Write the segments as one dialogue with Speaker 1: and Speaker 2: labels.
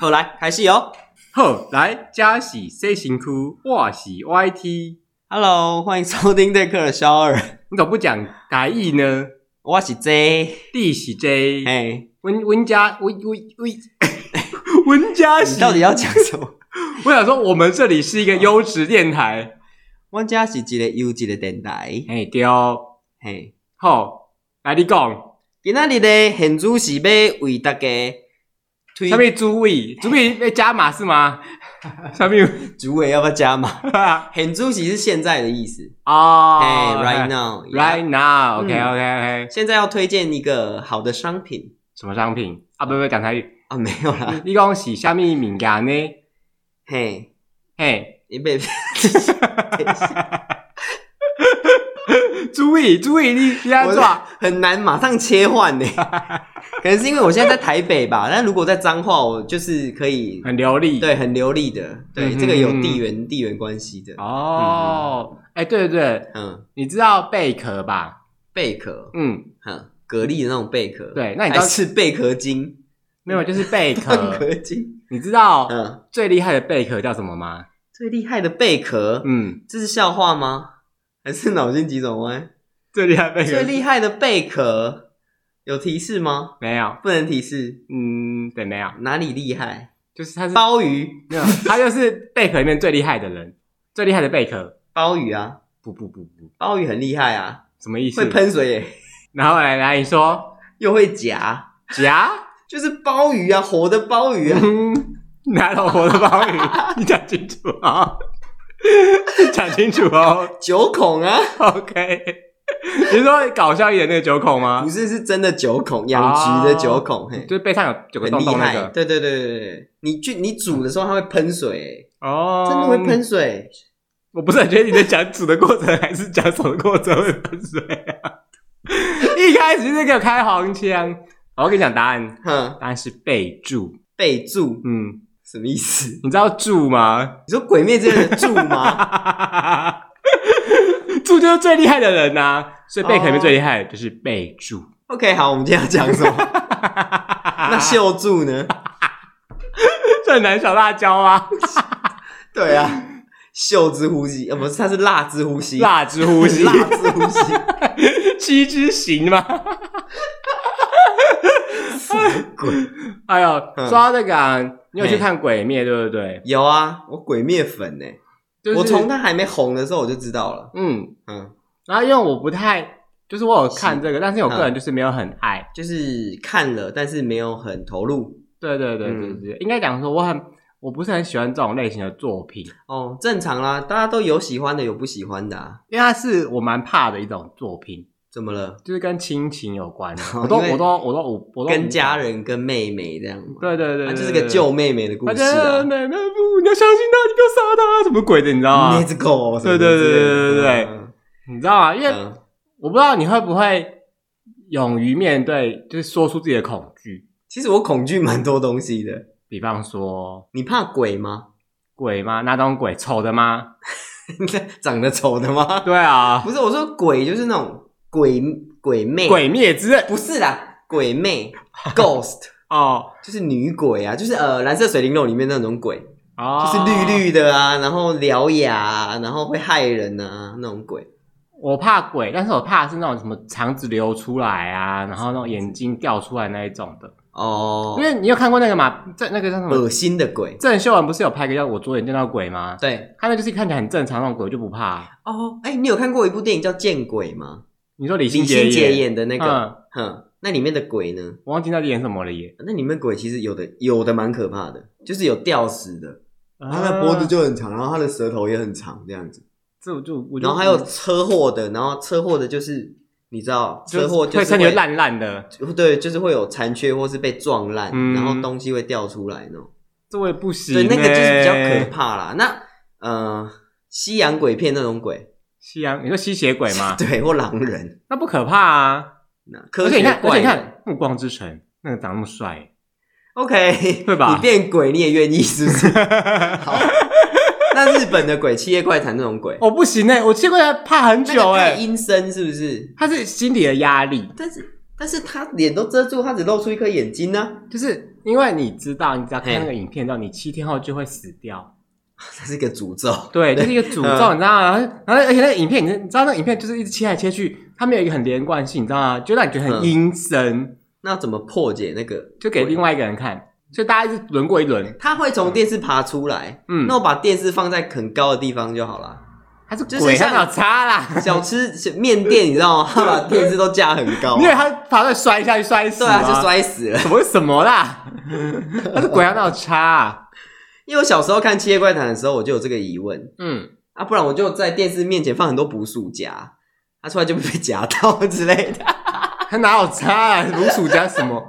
Speaker 1: 好，来开始哦。
Speaker 2: 好，来，加喜 C 型哭，哇喜 YT，
Speaker 1: Hello，欢迎收听《对客的肖二》，
Speaker 2: 你怎么不讲台语呢？
Speaker 1: 我是 J，
Speaker 2: 弟喜 J，
Speaker 1: 哎，
Speaker 2: 温温家温温温 温家
Speaker 1: 你
Speaker 2: 喜，
Speaker 1: 到底要讲什么？
Speaker 2: 我想说，我们这里是一个优质电台。
Speaker 1: 我家是一个优质的电台，
Speaker 2: 哎，对哦，
Speaker 1: 嘿，
Speaker 2: 好，来你讲，
Speaker 1: 今仔日的现主是要为大家推
Speaker 2: 下面诸位，诸位被加码是吗？ 下 面
Speaker 1: 主委要不要加嘛？
Speaker 2: 啊
Speaker 1: 现主席是现在的意思，
Speaker 2: 哦
Speaker 1: 哎，right now，right，
Speaker 2: now，right now，OK
Speaker 1: 嗯
Speaker 2: OK OK，
Speaker 1: 现在要推荐一个好的商品
Speaker 2: 什么商品啊？不不，讲台语，
Speaker 1: 啊，没有啦，
Speaker 2: 你你讲是下面物件呢？
Speaker 1: 嘿，
Speaker 2: 嘿。
Speaker 1: 你 被
Speaker 2: 注意注意，你你安
Speaker 1: 我
Speaker 2: 怎？
Speaker 1: 很难马上切换 呢，可能是因为我现在在台北吧，但如果在彰化，我就是可以
Speaker 2: 很流利。
Speaker 1: 对很流利的，对
Speaker 2: 嗯
Speaker 1: 这个有地
Speaker 2: 嗯
Speaker 1: 缘地缘关系的，
Speaker 2: 哦，哎、对对对，
Speaker 1: 嗯，
Speaker 2: 你知道贝壳吧？
Speaker 1: 贝壳，
Speaker 2: 嗯，
Speaker 1: 嗯，蛤蜊的那种贝壳，
Speaker 2: 对那你知
Speaker 1: 还
Speaker 2: 道嗯
Speaker 1: 是贝壳精，
Speaker 2: 没有，就是 贝
Speaker 1: 蛋
Speaker 2: 壳。
Speaker 1: 壳精，
Speaker 2: 你知道
Speaker 1: 嗯，
Speaker 2: 最厉害的贝壳叫什么吗？
Speaker 1: 最厉害的贝壳，
Speaker 2: 嗯，
Speaker 1: 这是笑话吗？还是脑筋急转弯？
Speaker 2: 最厉害贝壳
Speaker 1: 最厉害的贝壳有提示吗？
Speaker 2: 没有，
Speaker 1: 不能提示，
Speaker 2: 嗯，对，没有，
Speaker 1: 哪里厉害？
Speaker 2: 就是他是
Speaker 1: 鲍鱼，
Speaker 2: 没有，他就是贝壳里面最厉害的人，最厉害的贝壳。
Speaker 1: 鲍鱼啊，
Speaker 2: 不不不不，
Speaker 1: 鲍鱼很厉害啊，
Speaker 2: 什么意思
Speaker 1: 会？喷水耶，
Speaker 2: 然后来来，你说
Speaker 1: 又会夹，
Speaker 2: 夹？
Speaker 1: 就是鲍鱼啊，活的鲍鱼啊，
Speaker 2: 嗯，哪有活的鲍鱼？你讲清楚啊！ 讲清楚哦。
Speaker 1: 九孔啊，
Speaker 2: OK，你说搞笑一点那个九孔吗
Speaker 1: 不？是是真的九孔，养殖的九孔，嘿，
Speaker 2: 嗯就是背上有九个
Speaker 1: 很
Speaker 2: 洞
Speaker 1: 厉
Speaker 2: 洞那
Speaker 1: 害，
Speaker 2: 个
Speaker 1: 对对对对对，你去你煮的时候它会喷水耶，
Speaker 2: 哦，
Speaker 1: 真的会喷。水，
Speaker 2: 我不是很确定你在讲煮的过程还是讲什么过程会喷水啊？ 一开始那个开黄腔，好我跟你讲答案，
Speaker 1: 哼，
Speaker 2: 答案是备注。
Speaker 1: 备注
Speaker 2: 嗯，
Speaker 1: 什么意思？
Speaker 2: 你知道注吗？
Speaker 1: 你说鬼灭之刃的注吗？
Speaker 2: 注就是最厉害的人呐、啊所以贝壳里面最厉害的就是备注。
Speaker 1: OK，好，我们今天要讲什 么？哦那
Speaker 2: 那
Speaker 1: 秀柱呢？
Speaker 2: 这很难小辣椒 啊，
Speaker 1: 对啊，秀之呼吸，呃，不是，它是辣之呼吸，
Speaker 2: 辣之呼吸，
Speaker 1: 辣之呼吸，
Speaker 2: 七之行吗？
Speaker 1: 鬼
Speaker 2: 哎呦，
Speaker 1: 嗯
Speaker 2: 说到这个啊，你有去
Speaker 1: 嘿
Speaker 2: 看《鬼灭》对不对？
Speaker 1: 有啊，我鬼灭粉呢、
Speaker 2: 就是、
Speaker 1: 我从他还没红的时候我就知道了，
Speaker 2: 嗯，
Speaker 1: 嗯，
Speaker 2: 然后因为我不太，就是我有看这个，但是我
Speaker 1: 嗯
Speaker 2: 个人就是没有很爱。
Speaker 1: 就是看了，但是没有很投入。
Speaker 2: 对对对对
Speaker 1: 嗯
Speaker 2: 对，应该讲说我很，我不是很喜欢这种类型的作品，
Speaker 1: 哦，正常啦，大家都有喜欢的，有不喜欢的、啊。
Speaker 2: 因为它是我蛮怕的一种作品。
Speaker 1: 怎么了？，
Speaker 2: 就是跟亲情有关的我都
Speaker 1: 哦因为
Speaker 2: 我都我都我我都
Speaker 1: 跟家，人、跟妹妹这样吗？
Speaker 2: 对对对，
Speaker 1: 啊，
Speaker 2: 对
Speaker 1: 就是个救，妹妹的故
Speaker 2: 对
Speaker 1: 事
Speaker 2: 对啊
Speaker 1: 啊。
Speaker 2: 妹妹不，你要相信他，你不要杀他，什么鬼的，你知道吗
Speaker 1: 那？只狗什么
Speaker 2: 啊对对对
Speaker 1: 之类的
Speaker 2: 对对对对
Speaker 1: 嗯
Speaker 2: 你知道吗？因为
Speaker 1: 嗯
Speaker 2: 我不知道你会不会勇于面对，就是说出自己的恐惧，
Speaker 1: 其实我恐惧蛮多东西的。
Speaker 2: 比方说
Speaker 1: 你怕鬼吗？
Speaker 2: 鬼吗？那种鬼丑的吗？
Speaker 1: 长得丑的吗？
Speaker 2: 对啊，
Speaker 1: 不是，我说鬼就是那种鬼鬼魅，
Speaker 2: 鬼灭之刃
Speaker 1: 不是啦，鬼魅 ghost
Speaker 2: 哦
Speaker 1: 就是女鬼啊，就是呃蓝色水灵肉里面那种鬼，
Speaker 2: 哦，
Speaker 1: 就是绿。绿的啊，然后獠牙、啊，然后会害人啊那种鬼。
Speaker 2: 我怕鬼，但是我怕的是那种什么肠子流出来啊，然后那种眼睛掉出来那一种的。
Speaker 1: 哦
Speaker 2: 因，为你有看过那个嘛？这那个叫什么？
Speaker 1: 恶心的鬼。
Speaker 2: 郑秀文不是有拍个叫《我左眼见到鬼》吗？
Speaker 1: 对，
Speaker 2: 他那就是看起来很正常那种鬼，我就不怕。
Speaker 1: 哦，哎、你有看过一部电影叫《见鬼》吗？
Speaker 2: 你说李
Speaker 1: 李
Speaker 2: 心
Speaker 1: 心
Speaker 2: 洁
Speaker 1: 洁
Speaker 2: 演
Speaker 1: 演的那
Speaker 2: 那
Speaker 1: 个，
Speaker 2: 嗯，
Speaker 1: 哼，那里面的鬼呢？
Speaker 2: 我忘记到底演什么了耶。
Speaker 1: 那里面鬼其实有的有的蛮可怕的，就是有吊死的，他的
Speaker 2: 啊
Speaker 1: 脖子就很长，然后他的舌头也很长这样子，
Speaker 2: 这我就我就
Speaker 1: 然后还有车祸的，然后车祸的就是你知道
Speaker 2: 就是
Speaker 1: 车祸就
Speaker 2: 会
Speaker 1: 是
Speaker 2: 身体会，烂烂的，
Speaker 1: 对，就是会有残缺或是被撞烂，
Speaker 2: 嗯
Speaker 1: 然后东西会掉出来那种，
Speaker 2: 这我也不行、欸
Speaker 1: 对，那个就是比较可。怕啦。那呃，西洋鬼片那种鬼，
Speaker 2: 吸氧，你说吸血鬼吗？
Speaker 1: 对，或狼人，
Speaker 2: 那不可怕啊！
Speaker 1: 那科
Speaker 2: 而且
Speaker 1: 学
Speaker 2: 你看，而且
Speaker 1: 怪人
Speaker 2: 你看《暮光之城》那个长那么帅，
Speaker 1: ，OK，
Speaker 2: 对吧
Speaker 1: 你变鬼你也愿意是不 是？好，那日本的鬼，七夜怪谈那种鬼，
Speaker 2: 我、不行哎、我见过他怕很
Speaker 1: 那
Speaker 2: 哦久
Speaker 1: 个
Speaker 2: 哎、
Speaker 1: 太阴森是不是？
Speaker 2: 他是心理的压力，
Speaker 1: 但是但是他脸都遮住，他只露出一颗眼睛呢、
Speaker 2: 就是因为你知道，你只要看那个影片到你七天后就会死掉，
Speaker 1: 这是一个诅咒。
Speaker 2: 对，就是一个诅咒，
Speaker 1: 嗯
Speaker 2: 你知道吗？然后，然后而且那个影片，你你知道那个影片就是一直切来切去，它没有一个很连贯性，你知道吗？就让你觉得很
Speaker 1: 嗯
Speaker 2: 阴森，
Speaker 1: 那怎么破解那个？
Speaker 2: 就给另外一个人看，所以大家一直轮过一轮，
Speaker 1: 他会从电视爬出来，
Speaker 2: 嗯
Speaker 1: 那，我把电视放在很高的地方就好了。
Speaker 2: 他是
Speaker 1: 就是
Speaker 2: 鬼，他
Speaker 1: 像
Speaker 2: 哪有差啦？
Speaker 1: 小吃小面店，你知道吗？他把电视都架很高啊
Speaker 2: 因，为他爬出来摔一下就摔死
Speaker 1: 对
Speaker 2: 了啊，
Speaker 1: 啊，就摔死了。
Speaker 2: 什么什么啦？他是鬼，他哪有差啊？
Speaker 1: 因为我小时候看《七夜怪谈》的时候，我就有这个疑问
Speaker 2: 嗯，
Speaker 1: 啊，不然我就在电视面前放很多捕鼠夹，他、出来就被夹到 之类的。
Speaker 2: 他哪有差啊？如鼠夹什么？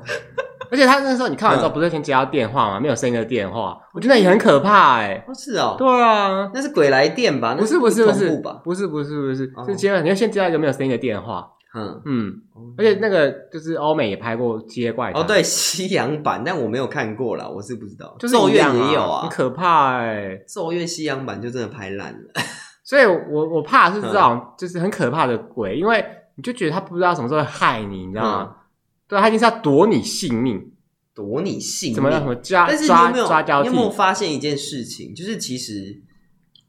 Speaker 2: 而且他那时候你看完
Speaker 1: 嗯
Speaker 2: 之后，不是先接到电话吗？没有声音的电话，我觉得也很可怕哎、
Speaker 1: 哦，是哦，
Speaker 2: 对啊，
Speaker 1: 那是鬼来电吧？那
Speaker 2: 不是不是不
Speaker 1: 同
Speaker 2: 是
Speaker 1: 步吧？
Speaker 2: 不是不是不是，
Speaker 1: 哦
Speaker 2: 是接到你要先接到一个没有声音的电话。
Speaker 1: 嗯，
Speaker 2: 嗯，而且那个就是欧美也拍过《街怪》
Speaker 1: 哦，，对，西洋版，但我没有看过啦，我是不知道。
Speaker 2: 就是
Speaker 1: 咒
Speaker 2: 一
Speaker 1: 怨
Speaker 2: 样啊
Speaker 1: 也有
Speaker 2: 很
Speaker 1: 啊，
Speaker 2: 可怕哎、
Speaker 1: 咒怨西洋版就真的拍烂了。
Speaker 2: 所以我我怕
Speaker 1: 嗯
Speaker 2: 是这种就是很可怕的鬼，因为你就觉得他不知道什么时候会害你，你知道
Speaker 1: 嗯
Speaker 2: 吗？对，啊他一定是要夺你性命，
Speaker 1: 夺你性
Speaker 2: 怎么样？什
Speaker 1: 命。
Speaker 2: 么抓
Speaker 1: 但是你有
Speaker 2: 抓
Speaker 1: 没有
Speaker 2: 抓交
Speaker 1: 你
Speaker 2: 替
Speaker 1: 有？没有发现一件事情？就是其实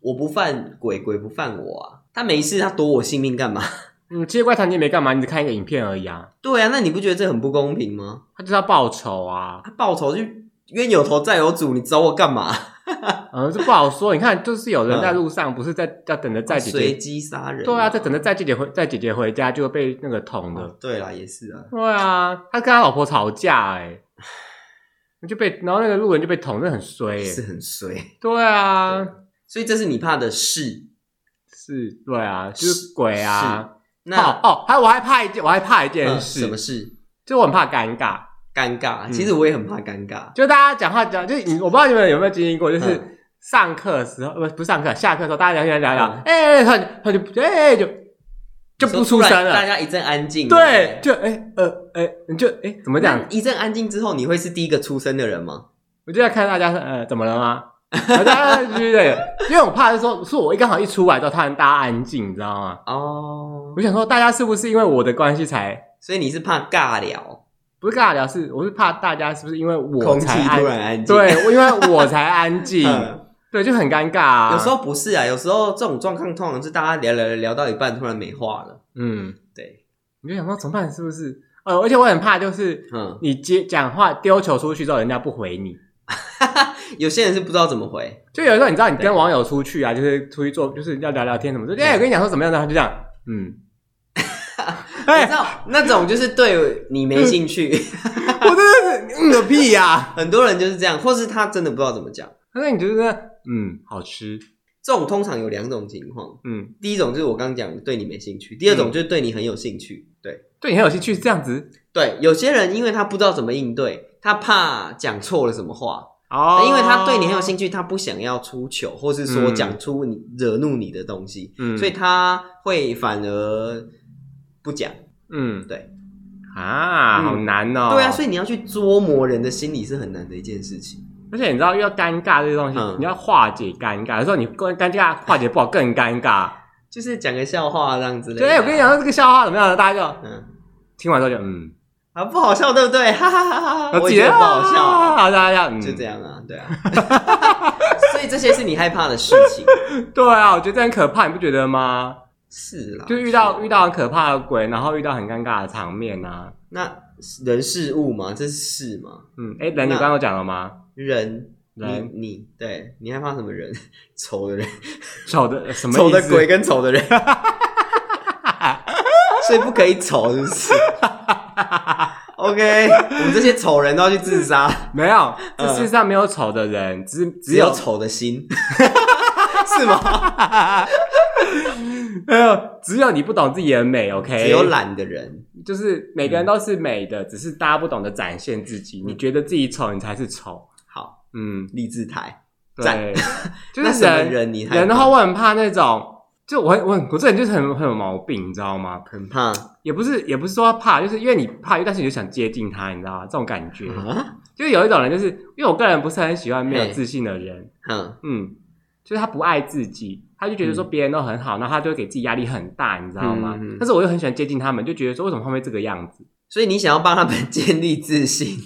Speaker 1: 我不犯鬼，鬼不犯我啊。他没事，他夺我性命干嘛？
Speaker 2: 嗯，其实怪谈你也没干嘛，你只看一个影片而已啊，
Speaker 1: 对啊，那你不觉得这很不公平吗？
Speaker 2: 他就是要报仇啊，
Speaker 1: 他报仇就冤有头债有主，你找我干嘛？
Speaker 2: 嗯，这不好说。你看，就是有人
Speaker 1: 嗯哦
Speaker 2: 在路上，不是在要等着载姐
Speaker 1: 随
Speaker 2: 姐，
Speaker 1: 机杀人、
Speaker 2: 对啊，在等着载姐姐回载姐姐回家就会被那个捅
Speaker 1: 哦
Speaker 2: 的，
Speaker 1: 对啦，也是啊。
Speaker 2: 对啊，他跟他老婆吵架 哎、就被然后那个路人就被捅，真的很衰哎、
Speaker 1: 是很衰，
Speaker 2: 对啊。
Speaker 1: 所以这是你怕的事。
Speaker 2: 是，对啊，就是鬼啊。哦
Speaker 1: 那、
Speaker 2: 哦，还有我还怕一件，我还怕一件
Speaker 1: 嗯
Speaker 2: 事，
Speaker 1: 什么事？
Speaker 2: 就我很怕尴尬，
Speaker 1: 尴尬。
Speaker 2: 嗯
Speaker 1: 其实我也很怕尴尬。
Speaker 2: 就大家讲话讲，就是你我不知道你们有没有经历过，就是
Speaker 1: 嗯
Speaker 2: 上课的时候，呃不不是上课，下课的时候，大家聊天聊聊
Speaker 1: 嗯，
Speaker 2: 哎、他他就哎、就就不出
Speaker 1: 说突
Speaker 2: 声
Speaker 1: 然大
Speaker 2: 了，
Speaker 1: 家一嗯阵安静。
Speaker 2: 对，就哎、呃哎、你就哎、怎么
Speaker 1: 我
Speaker 2: 讲？
Speaker 1: 一阵安静之后，你会是第一个出声的人吗？
Speaker 2: 我就在看大家呃怎么了吗？然后大家就对对，因为我怕是说，是我一刚好一出来之后，突然大家安静，你知道吗？
Speaker 1: 哦，
Speaker 2: 我想说，大家是不是因为我的关系才
Speaker 1: 所以你是怕尬聊，
Speaker 2: 不是尬聊，是我是怕大家是不是因为我
Speaker 1: 空气
Speaker 2: 才安
Speaker 1: 突然安静。
Speaker 2: 对，我因为我才安静，
Speaker 1: 嗯
Speaker 2: 对，就很尴尬、啊。
Speaker 1: 有时候不是啊，有时候这种状况通常是大家聊聊聊到一半，突然没话了。
Speaker 2: 嗯，
Speaker 1: 对，
Speaker 2: 你就想说怎么办？是不是？呃，而且我很怕，就是
Speaker 1: 嗯，
Speaker 2: 你接讲话丢球出去之后，人家不回你。
Speaker 1: 有些人是不知道怎么回，
Speaker 2: 就有时候你知道，你
Speaker 1: 对
Speaker 2: 跟网友出去啊，就是出去做，就是要聊聊天什么的。哎、我跟你讲说怎么样的，他就这样， 嗯，
Speaker 1: 你
Speaker 2: 哎、
Speaker 1: 知道那种就是对你没兴趣，
Speaker 2: 我真的是嗯个屁呀、
Speaker 1: 很多人就是这样，或是他真的不知道怎么讲。
Speaker 2: 那你就是嗯，好吃，
Speaker 1: 这种通常有两种情况，
Speaker 2: 嗯，
Speaker 1: 第一种就是我刚讲的对你没兴趣，第二种就是对你很有兴趣。对
Speaker 2: 对你很有兴趣，是这样子
Speaker 1: 对，有些人因为他不知道怎么应对，他怕讲错了什么话，
Speaker 2: 哦
Speaker 1: 因为他对你很有兴趣，他不想要出糗，或是说
Speaker 2: 嗯
Speaker 1: 讲出你、惹怒你的东西，
Speaker 2: 嗯
Speaker 1: 所以他会反而不讲。
Speaker 2: 嗯，
Speaker 1: 对
Speaker 2: 啊，
Speaker 1: 嗯
Speaker 2: 好难哦。
Speaker 1: 对啊，所以你要去捉摸人的心理是很难的一件事情。
Speaker 2: 而且你知道，遇到尴尬这些东西，
Speaker 1: 嗯
Speaker 2: 你要化解尴尬，有时候你尴尴尬化解不好，更 尴尬。哎
Speaker 1: 就是讲个笑话这样之类的。啊
Speaker 2: 对，我跟你，讲，这个笑话怎么样？大家就
Speaker 1: 嗯，
Speaker 2: 听完之后就嗯，
Speaker 1: 啊不好笑，对不对？哈哈哈哈，我
Speaker 2: 自
Speaker 1: 也
Speaker 2: 己
Speaker 1: 觉得不好笑啊、
Speaker 2: 啊，大家就嗯
Speaker 1: 就这。样啊，对啊。 所以这些是你害怕的事情。
Speaker 2: 对啊，我觉得这很可怕，你不觉得吗？
Speaker 1: 是啦，
Speaker 2: 就遇到
Speaker 1: 是
Speaker 2: 遇到很可怕的鬼，然后遇到很尴尬的场面啊。
Speaker 1: 那人事物嘛，这是事嘛，
Speaker 2: 嗯，哎，人你
Speaker 1: 那
Speaker 2: 刚刚有讲了吗？
Speaker 1: 人。
Speaker 2: 人
Speaker 1: 你你对你害怕什么人？ 丑的人，
Speaker 2: 丑的什么意思
Speaker 1: 丑的鬼？跟丑的人， 所以不可以丑，是不是？OK，我们这些丑人都要去自杀，
Speaker 2: 没有，这
Speaker 1: 嗯
Speaker 2: 世上没有丑的人，只只
Speaker 1: 只有
Speaker 2: 有
Speaker 1: 丑的心， 是吗？
Speaker 2: 没有只有你不懂自己的美，OK？
Speaker 1: 只有懒的人，
Speaker 2: 就是每个人都是美的，只是大家不懂得展现自己。你觉得自己丑，你才是丑。
Speaker 1: 好，
Speaker 2: 嗯，
Speaker 1: 励志台，
Speaker 2: 对
Speaker 1: 赞，
Speaker 2: 就
Speaker 1: 那
Speaker 2: 是
Speaker 1: 什么
Speaker 2: 人
Speaker 1: 人你害怕
Speaker 2: 人的话，我很怕那种，就我很我很我这人就是很很有毛病，你知道吗？
Speaker 1: 很怕
Speaker 2: 也不是也不是说怕，就是因为你怕，但是你就想接近他，你知道吗？这种感觉，
Speaker 1: 啊，
Speaker 2: 就是有一种人，就是因为我个人不是很喜欢没有
Speaker 1: 嘿
Speaker 2: 自信的人，
Speaker 1: 嗯
Speaker 2: 嗯，就是他不爱自己，他就觉得说别人都很好，然后他就会给自己压力很大，你知道吗？
Speaker 1: 嗯嗯
Speaker 2: 但是我又很喜欢接近他们，就觉得说为什么他们会这个样子？
Speaker 1: 所以你想要帮他们建立自信，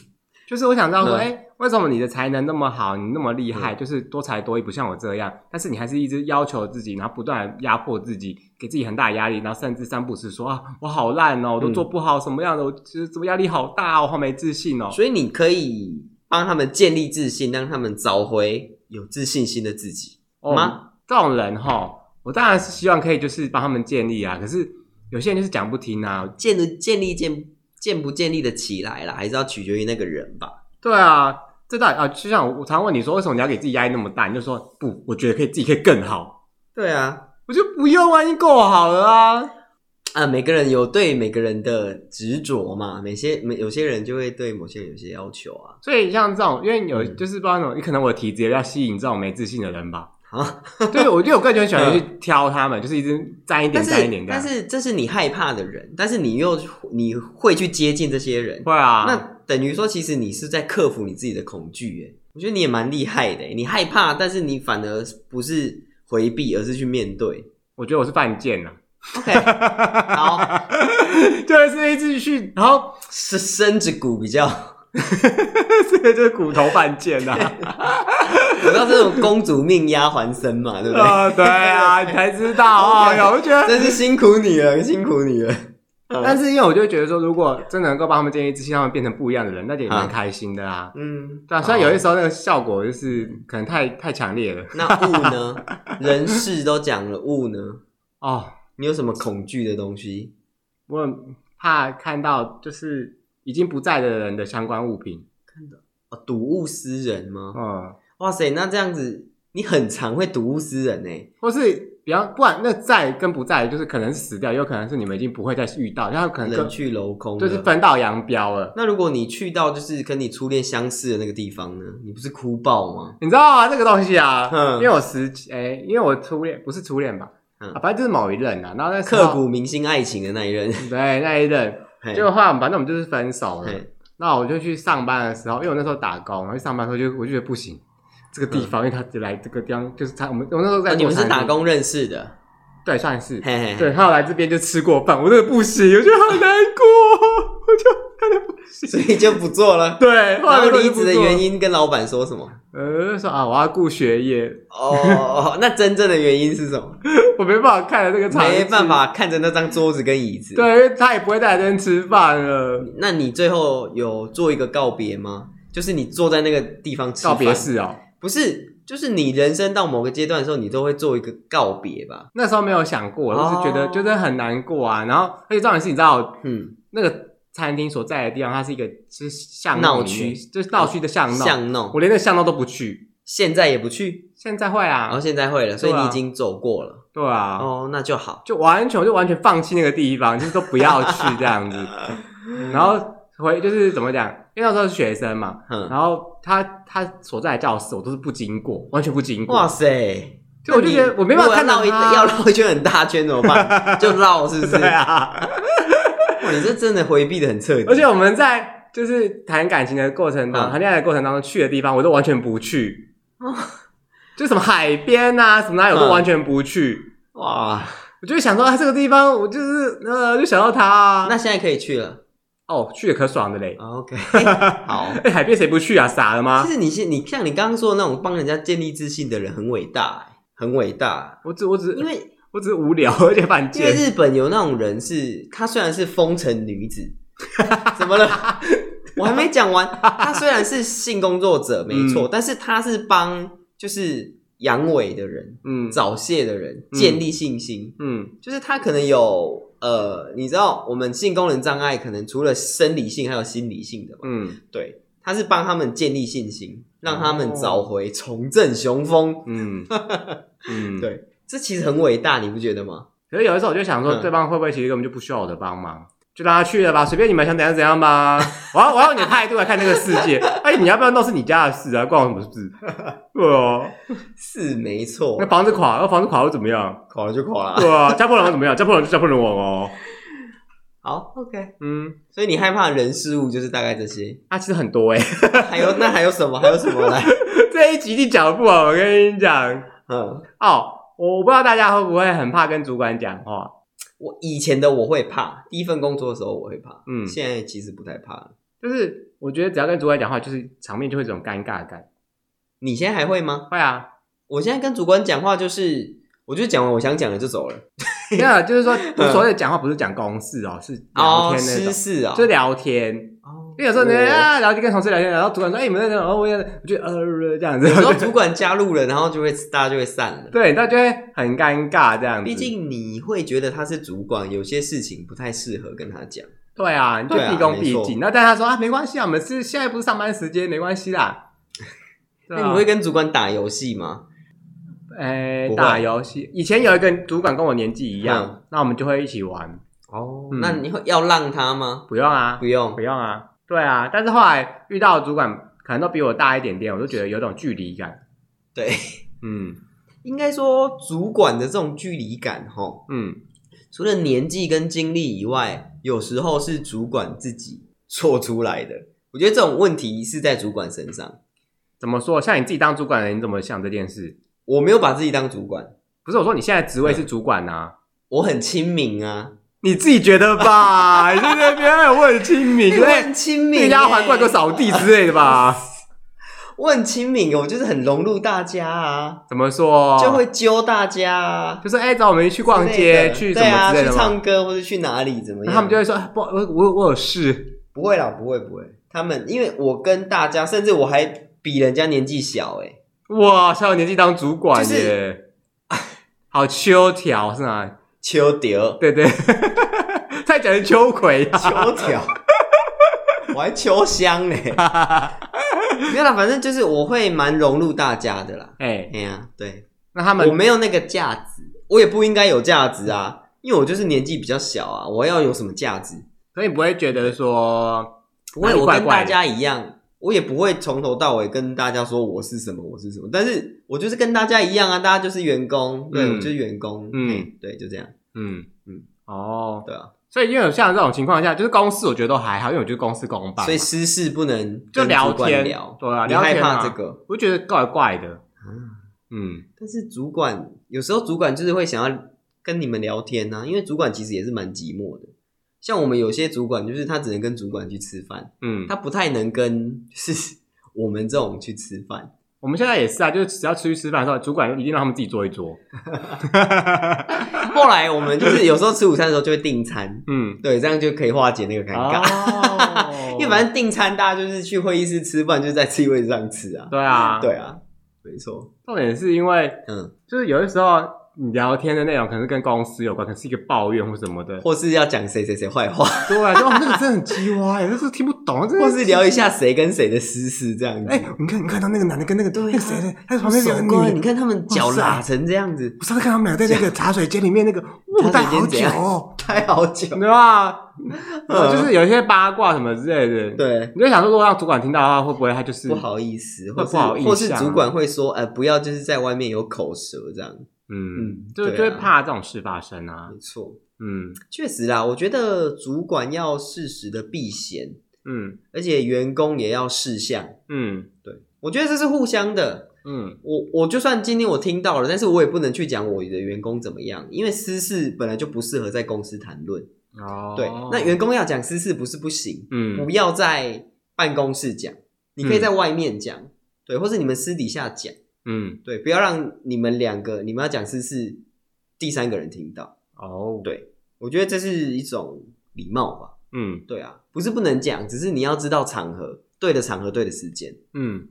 Speaker 2: 就是我想知道说，
Speaker 1: 嗯
Speaker 2: 哎、为什么你的才能那么好，你那么厉害，就是多才多艺，不像我这样，但是你还是一直要求自己，然后不断地压迫自己，给自己很大的压力，然后甚至三不五时说啊，我好烂哦，
Speaker 1: 嗯
Speaker 2: 我都做不好什么样的，我就是怎么压力好大哦，我好没自信哦。
Speaker 1: 所以你可以帮他们建立自信，让他们找回有自信心的自己。
Speaker 2: 哦
Speaker 1: 吗？
Speaker 2: 这种人哈，我当然是希望可以就是帮他们建立啊，可是有些人就是讲不听啊，
Speaker 1: 建立建立建建不建立的起来啦，还是要取决于那个人吧。
Speaker 2: 对啊，这到底啊，就像我我常问你说，为什么你要给自己压力那么大？你就说不，我觉得可以自己可以更好，
Speaker 1: 对啊，
Speaker 2: 我就不用啊，已经够好了啊。
Speaker 1: 啊，每个人有对每个人的执着嘛，每些每有些人就会对某些人有些要求啊。
Speaker 2: 所以像这种，因为有
Speaker 1: 嗯
Speaker 2: 就是不知道那种，可能我的体质也比较吸引这种没自信的人吧。
Speaker 1: 啊，
Speaker 2: 对，我觉得我个人就很 喜欢去挑他们，就是一直沾一
Speaker 1: 但
Speaker 2: 点沾一点
Speaker 1: 是
Speaker 2: 这
Speaker 1: 但
Speaker 2: 样。
Speaker 1: 是这是你害怕的人，但是你又你会去接近这些人，
Speaker 2: 会啊，
Speaker 1: 那等于说其实你是在克服你自己的恐惧耶。我觉得你也蛮厉害的耶，你害怕，但是你反而不是回避，而是去面对。
Speaker 2: 我觉得我是犯贱了、
Speaker 1: OK，
Speaker 2: 啊。
Speaker 1: 好，
Speaker 2: 就是一直去，然后
Speaker 1: 是身子骨比较，
Speaker 2: 这个就是骨头犯贱呐、啊。
Speaker 1: 我知道这种公主命丫还身嘛， 对不对？
Speaker 2: 啊，对啊，你才知道 啊、哦，我觉得
Speaker 1: 真是辛苦你了，辛苦你了。
Speaker 2: 但是因为我就会觉得说，如果真的能够帮他们建立自信，让他们变成不一样的人，那就也蛮开心的啦。
Speaker 1: 嗯，
Speaker 2: 对啊，虽然有些
Speaker 1: 好
Speaker 2: 时候那个效果就是可能太太强烈了
Speaker 1: 那物呢？人事都讲了，物呢？
Speaker 2: 哦，
Speaker 1: 你有什么恐惧的东西？
Speaker 2: 我很怕看到就是已经不在的人的相关物品。
Speaker 1: 哦，睹物思人吗？
Speaker 2: 嗯，
Speaker 1: 哇塞，那这样子你很常会睹物思人欸呢、
Speaker 2: 或是比方，不然那在跟不在，就是可能是死掉，也有可能是你们已经不会再遇到，然后可能
Speaker 1: 人
Speaker 2: 跟
Speaker 1: 去楼空
Speaker 2: 就
Speaker 1: 的。
Speaker 2: 是分道扬镳了。
Speaker 1: 那如果你去到就是跟你初恋相似的那个地方呢，你不是哭爆吗？
Speaker 2: 你知道啊，这个东西 啊，
Speaker 1: 嗯
Speaker 2: 因为我十哎、因为我初恋不是初恋吧，
Speaker 1: 嗯
Speaker 2: 啊，反正就是某一任啊，然后那时候
Speaker 1: 刻骨铭心爱情的那一任，
Speaker 2: 对那一任，
Speaker 1: 嘿
Speaker 2: 结果后来我们反正我们就是分手了。
Speaker 1: 嘿
Speaker 2: 那我就去上班的时候，因为我那时候打工，然后去上班的时候就我就觉得不行，这个地方，因为他就来这个地方就是他我们我那时候在、
Speaker 1: 哦你们是打，工认识的，
Speaker 2: 对，算是
Speaker 1: 嘿嘿嘿，
Speaker 2: 对。后来这边就吃过饭，我真的不行，我觉得好难过，我就真的不行。
Speaker 1: 所以就不做了。
Speaker 2: 对，后
Speaker 1: 然
Speaker 2: 来
Speaker 1: 后离职的原
Speaker 2: 因，
Speaker 1: 因跟老板说什么？
Speaker 2: 呃，就说啊，我要顾学业，
Speaker 1: 哦，那真正的原因是什 么？
Speaker 2: 我没办法看了这个场景，
Speaker 1: 没办。法看着那张桌子跟椅子。，
Speaker 2: 对，因为他也不会在这边吃饭了，
Speaker 1: 那你最后有做一个告别吗？就是你坐在那个地方吃
Speaker 2: 告
Speaker 1: 饭
Speaker 2: 别，式哦。
Speaker 1: 不是？就是你人生到某个阶段的时候，你都会做一个告别吧？
Speaker 2: 那时候没有想过，就是觉得、
Speaker 1: 哦
Speaker 2: 觉得很难过啊。然后，而且重点是，你知道，
Speaker 1: 嗯，
Speaker 2: 那个餐厅所在的地方，它是一个就是巷弄
Speaker 1: 闹
Speaker 2: 里
Speaker 1: 区
Speaker 2: 面就是闹区的巷弄。
Speaker 1: 嗯巷弄
Speaker 2: 我，连那个巷弄都不去，
Speaker 1: 现在也不去。
Speaker 2: 现在会
Speaker 1: 然后
Speaker 2: 啊，
Speaker 1: 现在会了，所以
Speaker 2: 对
Speaker 1: 你
Speaker 2: 啊
Speaker 1: 已经走过了。
Speaker 2: 对啊，
Speaker 1: 哦，那就好。
Speaker 2: 就完全我就完全放弃那个地方，就是都不要去这 样子。然后回就是怎么讲，因为那时候是学生嘛，
Speaker 1: 嗯，
Speaker 2: 然后他他所在的教室我都是不经过，完全不经过。
Speaker 1: 哇塞！
Speaker 2: 就我就
Speaker 1: 那你
Speaker 2: 觉得我没办法看到
Speaker 1: 如果
Speaker 2: 它
Speaker 1: 要绕一要绕一圈很大圈怎么办？ 就绕是不是？
Speaker 2: 对啊，
Speaker 1: 哇，你这真的回避的很彻底。
Speaker 2: 而且我们在就是谈感情的过程
Speaker 1: 嗯
Speaker 2: 当
Speaker 1: 哦
Speaker 2: 中，谈恋爱的过程当中去的地方，我都完全不去，就什么海边啊，什么哪有都
Speaker 1: 嗯
Speaker 2: 完全不去。
Speaker 1: 哇，
Speaker 2: 我就想说，啊，这个地方我就是呃，就想到它、
Speaker 1: 那现在可以去了。
Speaker 2: 哦，去也可爽的嘞。
Speaker 1: 哦 OK，嘿好。
Speaker 2: 哎、海边谁不去啊？傻了吗
Speaker 1: 其？实你现你像你刚刚说的那种帮人家建立自信的人，很伟大、欸，很伟大。
Speaker 2: 我只我只
Speaker 1: 因为
Speaker 2: 我只是无聊，而且犯
Speaker 1: 因为
Speaker 2: 贱。
Speaker 1: 日本有那种人是，她虽然是风尘女 子，怎么了？我还没讲完。她虽然是性工作者，没错，
Speaker 2: 嗯
Speaker 1: 但是她是帮就是阳痿的人、
Speaker 2: 嗯
Speaker 1: 早泄的人
Speaker 2: 嗯
Speaker 1: 建立信心，
Speaker 2: 嗯
Speaker 1: 就是她可能有呃，你知道我们性功能障碍可能除了生理性还有心理性的嘛？
Speaker 2: 嗯
Speaker 1: 对，她是帮他们建立信心，让他们找回重振雄风。
Speaker 2: 嗯 嗯，
Speaker 1: 对，这其实很伟大，你不觉得吗？
Speaker 2: 可是有的时候我就想说，
Speaker 1: 嗯
Speaker 2: 对方会不会其实根本就不需要我的帮忙，就让他去了吧，随便你们想怎样怎样吧。我要我要用你的态度来看这个世界。哎、你要不要弄是你家的事啊，关我什么事？对哦，
Speaker 1: 是没错
Speaker 2: 那，房子垮，那房子垮又怎么样？
Speaker 1: 垮了就垮 了。
Speaker 2: 对啊，家破人亡怎么样？家破人就家破人亡哦。
Speaker 1: 好，OK。
Speaker 2: 嗯，
Speaker 1: 所以你害怕的人事物就是大概这些，
Speaker 2: 啊，其实很多哎、
Speaker 1: 还 有那还有什么？还有什么来？
Speaker 2: 这一集你讲不好，我跟你讲
Speaker 1: 嗯，
Speaker 2: 哦，我不知道大家会不会很怕跟主管讲话，
Speaker 1: 我以前的我会怕，第一份工作的时候我会怕，
Speaker 2: 嗯
Speaker 1: 现在其实不太怕了。
Speaker 2: 就是我觉得只要跟主管讲话，就是场面就会有一种尴尬感。
Speaker 1: 你现在还会吗？
Speaker 2: 会啊，
Speaker 1: 我现在跟主管讲话就是，我就讲完我想讲的就走了。
Speaker 2: 没有，就 是说我所谓的讲话不是讲公事哦，是聊
Speaker 1: 哦，
Speaker 2: 天那
Speaker 1: 私
Speaker 2: 种，
Speaker 1: 事啊、
Speaker 2: 就聊天。
Speaker 1: 哦，
Speaker 2: 因为有时候你
Speaker 1: 我
Speaker 2: 啊聊天跟同事聊天，然后主管说：“哎，你们在那？”哦，我也我觉得呃这样子，
Speaker 1: 有时候主管加入了，然后就会大家就会散了。
Speaker 2: 对，那就会很尴尬这样子。
Speaker 1: 毕竟你会觉得他是主管，有些事情不太适合跟他讲。
Speaker 2: 对啊，你就
Speaker 1: 对啊
Speaker 2: 毕恭
Speaker 1: 没
Speaker 2: 毕
Speaker 1: 错
Speaker 2: 敬。那但他说啊，没关系啊，我们是现在不是上班时间，没关系 啦。对啊
Speaker 1: 那你会跟主管打游戏吗？
Speaker 2: 哎、
Speaker 1: 不会
Speaker 2: 打游戏？以前有一个主管跟我年纪一样，
Speaker 1: 嗯
Speaker 2: 那我们就会一起玩。
Speaker 1: 哦
Speaker 2: 嗯
Speaker 1: 那你会要让他吗？
Speaker 2: 不用啊，
Speaker 1: 不用
Speaker 2: 不，用啊，对啊。但是后来遇到的主管可能都比我大一点点，我就觉得有种距离感。
Speaker 1: 对，
Speaker 2: 嗯
Speaker 1: 应该说主管的这种距离感，哈，
Speaker 2: 嗯，
Speaker 1: 除了年纪跟经历以外，有时候是主管自己 做出来的。我觉得这种问题是在主管身上。
Speaker 2: 怎么说？像你自己当主管的人，你怎么想这件事？
Speaker 1: 我没有把自己当主管，
Speaker 2: 不是我说你现在职位是主管
Speaker 1: 嗯
Speaker 2: 啊，
Speaker 1: 我很亲民啊，
Speaker 2: 你自己觉 得吧？你在那边我很亲民，
Speaker 1: 我
Speaker 2: 对
Speaker 1: 很，亲民、
Speaker 2: 那
Speaker 1: 欸，
Speaker 2: 丫鬟过来给我扫地之类
Speaker 1: 哎
Speaker 2: 的吧？
Speaker 1: 我很亲民，我就是很融入大家啊，
Speaker 2: 怎么说？
Speaker 1: 就会揪大家啊，
Speaker 2: 就说哎、找我们去逛
Speaker 1: 之类
Speaker 2: 街，
Speaker 1: 的
Speaker 2: 去什
Speaker 1: 对
Speaker 2: 么
Speaker 1: 啊，
Speaker 2: 之类
Speaker 1: 去
Speaker 2: 的嘛。
Speaker 1: 唱歌或者去哪里怎么
Speaker 2: 那
Speaker 1: 样？
Speaker 2: 他们就会说哎不，我我我有事。
Speaker 1: 不会啦，不会不会，他们因为我跟大家，甚至我还比人家年纪小哎、
Speaker 2: 哇，小有年纪当主管耶，、
Speaker 1: 就是
Speaker 2: 好秋条是吗？
Speaker 1: 秋屌
Speaker 2: 对 对，再讲成秋葵、
Speaker 1: 秋条， 我还秋香呢、没有啦，反正就是我会蛮融入大家的啦。
Speaker 2: 哎、
Speaker 1: 哎呀、对，
Speaker 2: 那他
Speaker 1: 我
Speaker 2: 们
Speaker 1: 没有那个价值，我也不应该有价值啊，因为我就是年纪比较小啊，我要有什么价值？
Speaker 2: 所以不会觉得说
Speaker 1: 不会，
Speaker 2: 哪里
Speaker 1: 我
Speaker 2: 怪
Speaker 1: 跟
Speaker 2: 怪
Speaker 1: 大
Speaker 2: 的
Speaker 1: 家一样，我也不会从头到尾跟大家说我是什么，我是什么。但是我就是跟大家一样啊，大家就是员工，对、
Speaker 2: 嗯
Speaker 1: 我就是员工，
Speaker 2: 嗯
Speaker 1: 嗯，对，就这样，
Speaker 2: 嗯嗯
Speaker 1: 嗯
Speaker 2: 哦，
Speaker 1: 对啊。
Speaker 2: 所以因为有像这种情况下，就是公事我觉得都还好，因为我觉得公事公办嘛，
Speaker 1: 所以私事不能
Speaker 2: 就
Speaker 1: 跟
Speaker 2: 聊
Speaker 1: 主管
Speaker 2: 天，
Speaker 1: 聊，
Speaker 2: 对啊，
Speaker 1: 你
Speaker 2: 聊
Speaker 1: 害
Speaker 2: 天
Speaker 1: 怕
Speaker 2: 啊
Speaker 1: 这，个。
Speaker 2: 我觉得怪怪的，
Speaker 1: 啊
Speaker 2: 嗯，
Speaker 1: 但是主管有时候主管就是会想要跟你们聊天啊呐、因为主管其实也是蛮寂寞的。像我们有些主管，就是他只能跟主管去吃饭，
Speaker 2: 嗯
Speaker 1: 他，不太能跟就是我们这种去吃 饭。
Speaker 2: 我们现在也是啊，就是只要出去吃饭的时候，主管一定让他们自己坐 一桌。
Speaker 1: 后来我们就是有时候吃午餐的时候就会订餐，
Speaker 2: 嗯，哦
Speaker 1: 对，这样就可以化解那个尴尬。
Speaker 2: 尬
Speaker 1: 因为反正订餐大家就是去会议室吃饭，就在自己位置上吃啊。
Speaker 2: 对啊，，
Speaker 1: 对啊，没错。
Speaker 2: 重点是因为
Speaker 1: 嗯，
Speaker 2: 就是有的时候你聊天的内容可能是跟公司有关，可能是一个抱怨或什么的。
Speaker 1: 或是要讲谁谁谁坏话，
Speaker 2: 对 啊，就哦，那个真的很鸡歪，那是听不懂，真的
Speaker 1: 或是聊一下谁跟谁的私事这样子。
Speaker 2: 哎、你看，你看到那个男的跟那个
Speaker 1: 对啊
Speaker 2: 那个谁的，他旁边有个
Speaker 1: 手工，你
Speaker 2: 女的，
Speaker 1: 看他们脚
Speaker 2: 哇塞
Speaker 1: 拉成这样子，
Speaker 2: 我上次看他们俩在那个茶水间里面那个，哇，待
Speaker 1: 茶水间
Speaker 2: 好
Speaker 1: 怎
Speaker 2: 久、
Speaker 1: 样
Speaker 2: 哦，
Speaker 1: 太好久。
Speaker 2: 对吧？
Speaker 1: 嗯
Speaker 2: 就是有一些八卦什么之类的，，
Speaker 1: 对，
Speaker 2: 你就想说，如果让主管听到的话，会不会他就是
Speaker 1: 不，好意思，
Speaker 2: 会
Speaker 1: 或
Speaker 2: 不好
Speaker 1: 是
Speaker 2: 印
Speaker 1: 或是
Speaker 2: 象啊
Speaker 1: 主管会说，呃，不要就是在外面有口舌这样。
Speaker 2: 嗯，
Speaker 1: 嗯
Speaker 2: 就是
Speaker 1: 对啊
Speaker 2: 就会怕这种事发生啊，
Speaker 1: 没错，
Speaker 2: 嗯
Speaker 1: 确实啦，我觉得主管要适时的避嫌，
Speaker 2: 嗯
Speaker 1: 而且员工也要事项。
Speaker 2: 嗯
Speaker 1: 对，我觉得这是互相的。
Speaker 2: 嗯，
Speaker 1: 我我就算今天我听到了，但是我也不能去讲我的员工怎么样，因为私事本来就不适合在公司谈论。
Speaker 2: 哦，
Speaker 1: 对，那员工要讲私事不是不行，
Speaker 2: 嗯
Speaker 1: 不要在办公室讲，你可以在外面讲，对，或是你们私底下讲，
Speaker 2: 嗯
Speaker 1: 对，不要让你们两个你们要讲私事，第三个人听到。
Speaker 2: 哦，
Speaker 1: 对我觉得这是一种礼貌吧。
Speaker 2: 嗯
Speaker 1: 对啊，不是不能讲，只是你要知道场合，对的场合，对的时间。
Speaker 2: 嗯，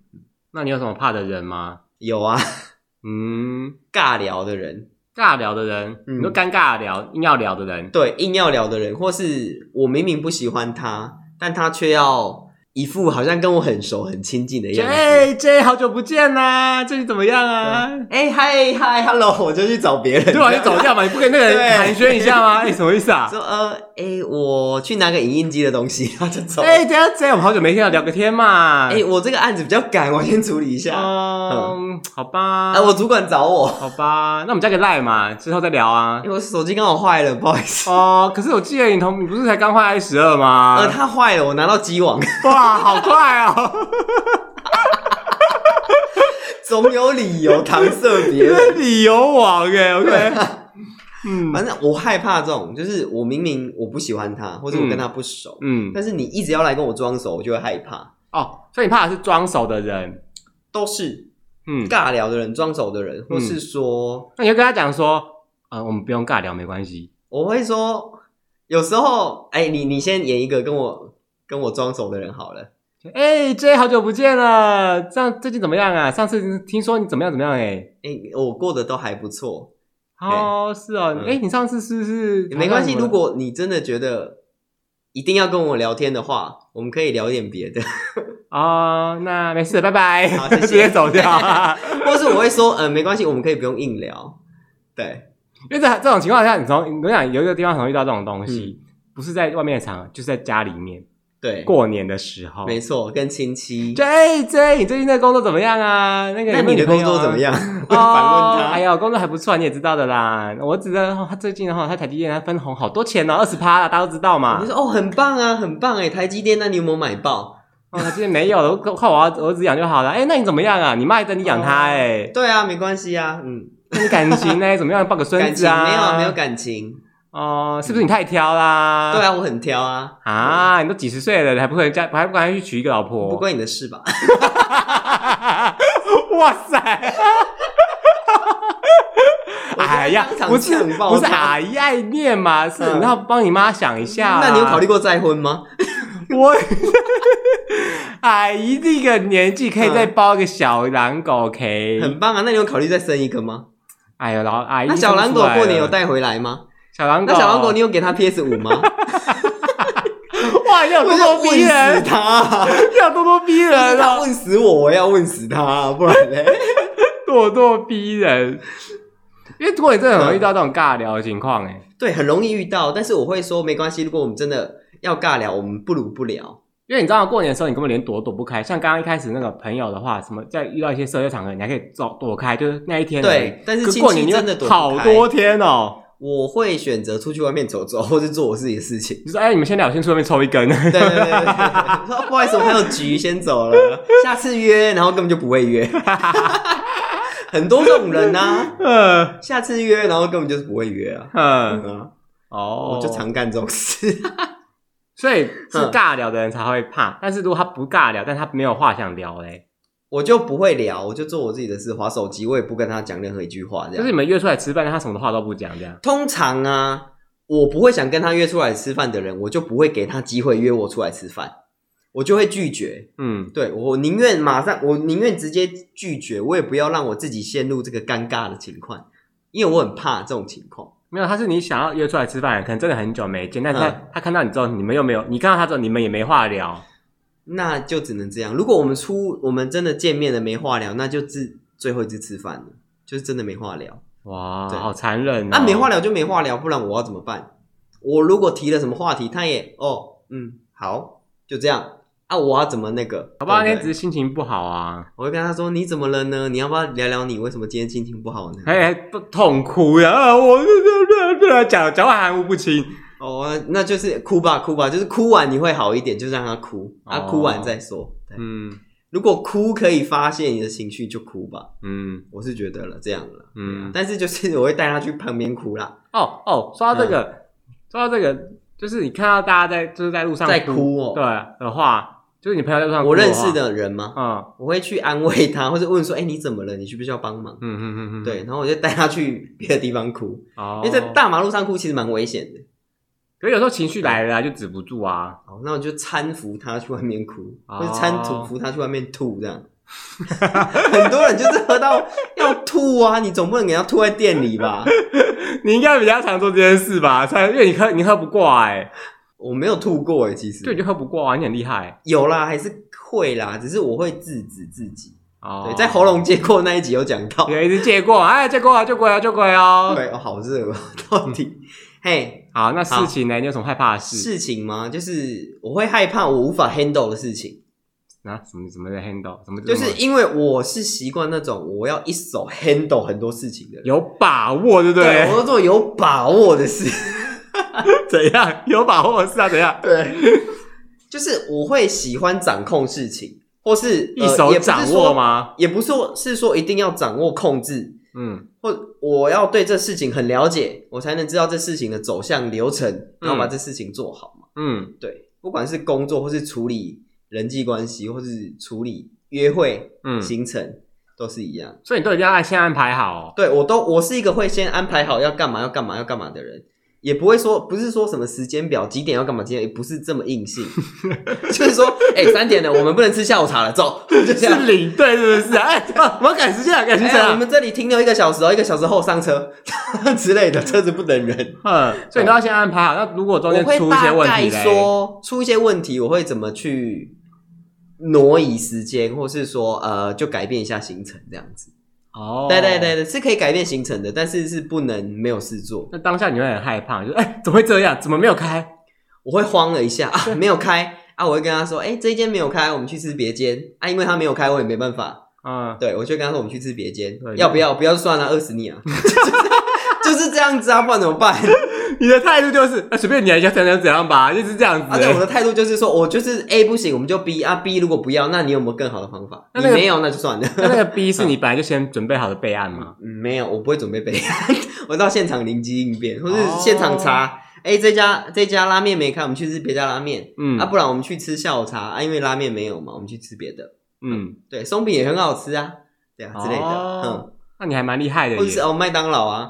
Speaker 2: 那你有什么怕的人吗？
Speaker 1: 有啊，
Speaker 2: 嗯，
Speaker 1: 尬聊的人，
Speaker 2: 尬聊的人，
Speaker 1: 嗯
Speaker 2: 你说尴尬聊硬要聊的人，
Speaker 1: 对硬要聊的人，或是我明明不喜欢他，但他却要一副好像跟我很熟、很亲近的样子。
Speaker 2: J J 好久不见啦，最近怎么样啊？
Speaker 1: 哎嗨嗨，hello，我就 去找别人，
Speaker 2: 对啊吧？你走掉嘛，你不跟那个人
Speaker 1: 对
Speaker 2: 寒暄一下吗？哎，什么意思啊？
Speaker 1: 说呃，哎、我去拿个影印机的东西，他就走。哎、
Speaker 2: 哎，等一下 J，我们好久没见了，聊个天嘛。
Speaker 1: 我这个案子比较赶，我先处理一下。哎、
Speaker 2: 嗯，好吧，
Speaker 1: 我主管找我，
Speaker 2: 好吧，那我们加个赖嘛，之后再聊啊
Speaker 1: 因。为我手机刚好坏了，不好意思。
Speaker 2: 哦，可是我记得你同你不是才刚换 i 十二吗
Speaker 1: 呃，？他坏了，我拿到机网，
Speaker 2: 哇，好快哦！
Speaker 1: 总有理由搪塞别
Speaker 2: 你
Speaker 1: 人。
Speaker 2: 是理由王哎，OK。嗯
Speaker 1: 反正我害怕这种，就是我明明我不喜欢他，或者我跟他不熟，
Speaker 2: 嗯
Speaker 1: 但是你一直要来跟我装熟，我就会害怕。
Speaker 2: 哦，所以你怕的是装熟的人，
Speaker 1: 都是
Speaker 2: 嗯，
Speaker 1: 尬聊的人、装熟的人，或是说，
Speaker 2: 那你就跟他讲说，呃，我们不用尬聊，没关系。
Speaker 1: 我会说，有时候，哎、你你先演一个跟我跟我装熟的人好了。
Speaker 2: 哎、j 好久不见了，这样最近怎么样啊？上次听说你怎么样怎么样、
Speaker 1: 哎、我过得都还不错，
Speaker 2: 哎，哦，是哦，
Speaker 1: 嗯
Speaker 2: 哎、你上次是不是
Speaker 1: 没关系。
Speaker 2: 好像
Speaker 1: 如果你真的觉得一定要跟我聊天的话，我们可以聊点别的，
Speaker 2: 哦，那没事，拜拜，
Speaker 1: 好谢谢
Speaker 2: 直接走掉。啊
Speaker 1: 或是我会说，呃，没关系，我们可以不用硬聊。对，
Speaker 2: 因为这这种情况下，你从我想有一个地方很容易遇到这种东西，不是在外面的场合，就是在家里面
Speaker 1: 嗯对，
Speaker 2: 过年的时候。
Speaker 1: 没错，跟亲戚
Speaker 2: 就。哎 J，你最近在工作怎么样啊？那个
Speaker 1: 那
Speaker 2: 有没有
Speaker 1: 你的
Speaker 2: 女朋
Speaker 1: 工
Speaker 2: 友啊
Speaker 1: 作怎么？样？
Speaker 2: 哦、
Speaker 1: 反问他。
Speaker 2: 哎呀，工作还不错，你也知道的啦。我只知道哦他最近的话，他台积电他分红好多钱哦，二十趴啦，大家都知道嘛
Speaker 1: 你。就说哦，很棒啊，很棒哎，台积电，那你有没有买爆？
Speaker 2: 哦，台积电没有了，我靠我儿儿子养就好了。哎，那你怎么样啊？你妈也等你养他哎，
Speaker 1: 对啊，没关系啊，嗯，
Speaker 2: 那你感 情呢？怎么样？抱个孙
Speaker 1: 感
Speaker 2: 子
Speaker 1: 情
Speaker 2: 啊？
Speaker 1: 没有没有感情，
Speaker 2: 哦，是不是你太挑啦？
Speaker 1: 对啊，我很挑啊，
Speaker 2: 啊，你都几十岁了，你还不会嫁，还不赶快去娶一个老婆？
Speaker 1: 不关你的事吧？
Speaker 2: 哇塞！哎呀
Speaker 1: 我觉得当，场
Speaker 2: 不是
Speaker 1: 呛爆
Speaker 2: 不是
Speaker 1: 他
Speaker 2: 哎呀爱念嘛，是
Speaker 1: 嗯
Speaker 2: 你要帮你妈想一下啊。
Speaker 1: 那你有考虑过再婚吗？
Speaker 2: 我？ 哎，这个年纪可以再包一个小狼狗，OK？
Speaker 1: 很棒啊，那你有考虑再生一个吗？
Speaker 2: 哎呦，老阿姨
Speaker 1: 那
Speaker 2: 生
Speaker 1: 小
Speaker 2: 不出来了，
Speaker 1: 狼狗过年有带回来吗？
Speaker 2: 小狼狗，
Speaker 1: 那小狼狗你有给他 PS 五 吗？
Speaker 2: 哇，要
Speaker 1: 我要
Speaker 2: 咄咄
Speaker 1: 问
Speaker 2: 逼
Speaker 1: 死
Speaker 2: 人，
Speaker 1: 他 啊，
Speaker 2: 要咄咄逼人
Speaker 1: 他
Speaker 2: 哦，
Speaker 1: 问死我，我要问死他啊，不然嘞？
Speaker 2: 咄咄逼人。因为如果你真的很容易遇到这种尬聊的情况，哎，
Speaker 1: 对，很容易遇到，但是我会说没关系，如果我们真的要尬聊，我们不如不聊。
Speaker 2: 因为你知道过年的时候，你根本连躲都躲不开。像刚刚一开始那个朋友的话，什么在遇到一些社交场合，你还可以走躲开，就是那一天而已。
Speaker 1: 对，但是
Speaker 2: 可
Speaker 1: 亲
Speaker 2: 过年
Speaker 1: 戚
Speaker 2: 你
Speaker 1: 真的躲不
Speaker 2: 好
Speaker 1: 开
Speaker 2: 多天哦。
Speaker 1: 我会选择出去外面走走，或是做我自己的事情。
Speaker 2: 你说，哎，你们先聊，我先出外面抽一 根。
Speaker 1: 对对对对对，对 说哦不好意思，我还有局，先走了，下次约，然后根本就不会约， 很多这种人呐、
Speaker 2: 嗯
Speaker 1: 下次约，然后根本就是不会约啊。嗯
Speaker 2: 嗯，
Speaker 1: 啊，
Speaker 2: 哦，
Speaker 1: 我就常干这种事。
Speaker 2: 所以是尬聊的人才会怕，但是如果他不尬聊，但他没有话想聊嘞，
Speaker 1: 我就不会聊，我就做我自己的事，划手机，我也不跟他讲任何一句话。这
Speaker 2: 就
Speaker 1: 样，
Speaker 2: 是你们约出来吃饭，但他什么话都不讲，这样。
Speaker 1: 通常啊，我不会想跟他约出来吃饭的人，我就不会给他机会约我出来吃饭，我就会拒绝。
Speaker 2: 嗯，
Speaker 1: 对我宁愿马上，我宁愿直接拒绝，我也不要让我自己陷入这个尴尬的情况，因为我很怕这种情况。
Speaker 2: 没有，他是你想要约出来吃饭，可能真的很久没见，但是他、
Speaker 1: 嗯
Speaker 2: 他看到你之后，你们又没有，你看到他之后，你们也没话聊。
Speaker 1: 那就只能这样。如果我们出，我们真的见面了没话聊，那就自最后一次吃饭了，就是真的没话聊。
Speaker 2: 哇，
Speaker 1: 对
Speaker 2: 好残忍、哦！
Speaker 1: 那、没话聊就没话聊，不然我要怎么办？我如果提了什么话题，他也哦，嗯，好，就这样啊，我要怎么那个？
Speaker 2: 好吧，那
Speaker 1: 对
Speaker 2: 天
Speaker 1: 不
Speaker 2: 只
Speaker 1: 对
Speaker 2: 是心情不好啊，
Speaker 1: 我会跟他说你怎么了呢？你要不要聊聊你为什么今天心情不好呢？
Speaker 2: 还还哎不痛哭呀、啊，我 这讲讲话含糊不清。
Speaker 1: 哦，那就是哭吧，哭吧，就是哭完你会好一点，就让他哭，啊，
Speaker 2: 哦
Speaker 1: 哭完再说。对，
Speaker 2: 嗯
Speaker 1: 如果哭可以发泄你的情绪，就哭吧。
Speaker 2: 嗯
Speaker 1: 我是觉得了这样了，
Speaker 2: 嗯。
Speaker 1: 但是就是我会带他去旁边哭啦，
Speaker 2: 哦哦，说到这个，说到这个，就是你看到大家在就是在路上
Speaker 1: 嗯在哭哦
Speaker 2: 对的话，就是你朋友在路上哭
Speaker 1: 我
Speaker 2: 话
Speaker 1: 认识，的人嘛，
Speaker 2: 嗯
Speaker 1: 我会去安慰他，或者问说，哎、你怎么了？你需不需要帮忙？
Speaker 2: 嗯嗯嗯嗯，
Speaker 1: 对，，然后我就带他去别的地方哭，
Speaker 2: 哦
Speaker 1: 因，为在，大马路上哭其实蛮危险的。
Speaker 2: 可是有时候情绪来了啊就止不住啊，
Speaker 1: 哦，那我就搀扶他去外面哭，
Speaker 2: 哦
Speaker 1: 或者搀扶扶他去外面吐这样。 很多人就是喝到要吐啊，你总不能给他吐在店里吧？
Speaker 2: 你应该比较常做这件事吧，才因为你喝你喝不过哎，
Speaker 1: 我没有吐过哎，其实
Speaker 2: 对，你就喝不过啊，你很厉害
Speaker 1: 有啦，还是会啦，只是我会制止自己。
Speaker 2: 哦，
Speaker 1: 对，在喉咙结过那一集有讲到，
Speaker 2: 有一直借过，哎，借过啊，借过啊，借过啊。
Speaker 1: 对，哦，好热哦， 到底嘿
Speaker 2: 好，那事
Speaker 1: 好
Speaker 2: 情呢？你有什么害怕的事？
Speaker 1: 事情吗？就是我会害怕我无法 handle 的事情，
Speaker 2: 啊，什么什么的 handle，什么
Speaker 1: 就是
Speaker 2: 什么
Speaker 1: 因为我是习惯那种我要一手 handle 很多事情的人。
Speaker 2: 有把握，对不
Speaker 1: 对，我
Speaker 2: 对？
Speaker 1: 都做有把握的事。
Speaker 2: 怎样有把握是啊？怎
Speaker 1: 呃
Speaker 2: 样？
Speaker 1: 对， 就是我会喜欢掌控事情，或是
Speaker 2: 一手掌握？
Speaker 1: 呃
Speaker 2: 吗？
Speaker 1: 也不是说也不是说是说一定要掌握控制，
Speaker 2: 嗯
Speaker 1: 或我要对这事情很了解，我才能知道这事情的走向流程，然后把
Speaker 2: 嗯
Speaker 1: 这事情做好嘛。
Speaker 2: 嗯
Speaker 1: 对，不管是工作，或是处理人际关系，或是处理约会、
Speaker 2: 嗯，
Speaker 1: 行程，都是一样。
Speaker 2: 所以你都一定要先安排好、哦。
Speaker 1: 对我都我是一个会先安排好要干嘛要干嘛要干嘛的人，也不会说不是说什么时间表几点要干嘛，几点也不是这么硬 性，就是说哎三、点了我们不能吃下午茶了，走，就这
Speaker 2: 是啊
Speaker 1: 样。
Speaker 2: 领队是不是啊？哎、啊我要赶时间了，赶时
Speaker 1: 哎
Speaker 2: 间
Speaker 1: 呀，我
Speaker 2: 了。
Speaker 1: 们这里停留一个小时哦，一个小时后上车 之类的，车子不等人。
Speaker 2: 嗯，所以你都要先安排好。那如果中
Speaker 1: 我
Speaker 2: 间
Speaker 1: 会
Speaker 2: 出一些
Speaker 1: 大
Speaker 2: 问
Speaker 1: 概
Speaker 2: 题嘞，
Speaker 1: 说出一些问题，我会怎么去挪移时间，或是说呃，就改变一下行程这样子。
Speaker 2: 哦，
Speaker 1: 对对对。对，是可以改变行程的，但是是不能没有事做。
Speaker 2: 那当下你会很害怕，就是哎、怎么会这样？怎么没有开？
Speaker 1: 我会慌了一下啊，没有开啊，我会跟他说，哎、这一间没有开，我们去吃别间啊，因为他没有开，我也没办法。
Speaker 2: 嗯，
Speaker 1: 对，我就跟他说我们去吃别间
Speaker 2: 对，
Speaker 1: 要不要？不要算了，饿死你啊！ 就是这样子啊，不然怎么办？
Speaker 2: 你的态度就是啊，随便你啊，想怎样怎样吧，就是这样子、欸
Speaker 1: 啊，对，我的态度就是说，我就是 A 不行，我们就 B 啊，B 如果不要，那你有没有更好的方法？
Speaker 2: 那
Speaker 1: 你
Speaker 2: 那个
Speaker 1: 没有，那就算了。
Speaker 2: 那那个 B 是你本来就先准备好的备案吗？
Speaker 1: 嗯没有，我不会准备备案， 我到现场灵机应变，或是
Speaker 2: 哦
Speaker 1: 现场查，哎、这家这家拉面没开，我们去吃别家拉面、
Speaker 2: 嗯
Speaker 1: 啊，不然我们去吃下午茶啊，因为拉面没有嘛，我们去吃别的。
Speaker 2: 嗯，
Speaker 1: 对，松饼也很好吃啊，对啊之类的，
Speaker 2: 哦那你还蛮厉害的
Speaker 1: 嗯，或者
Speaker 2: 耶
Speaker 1: 是。哦麦当劳啊，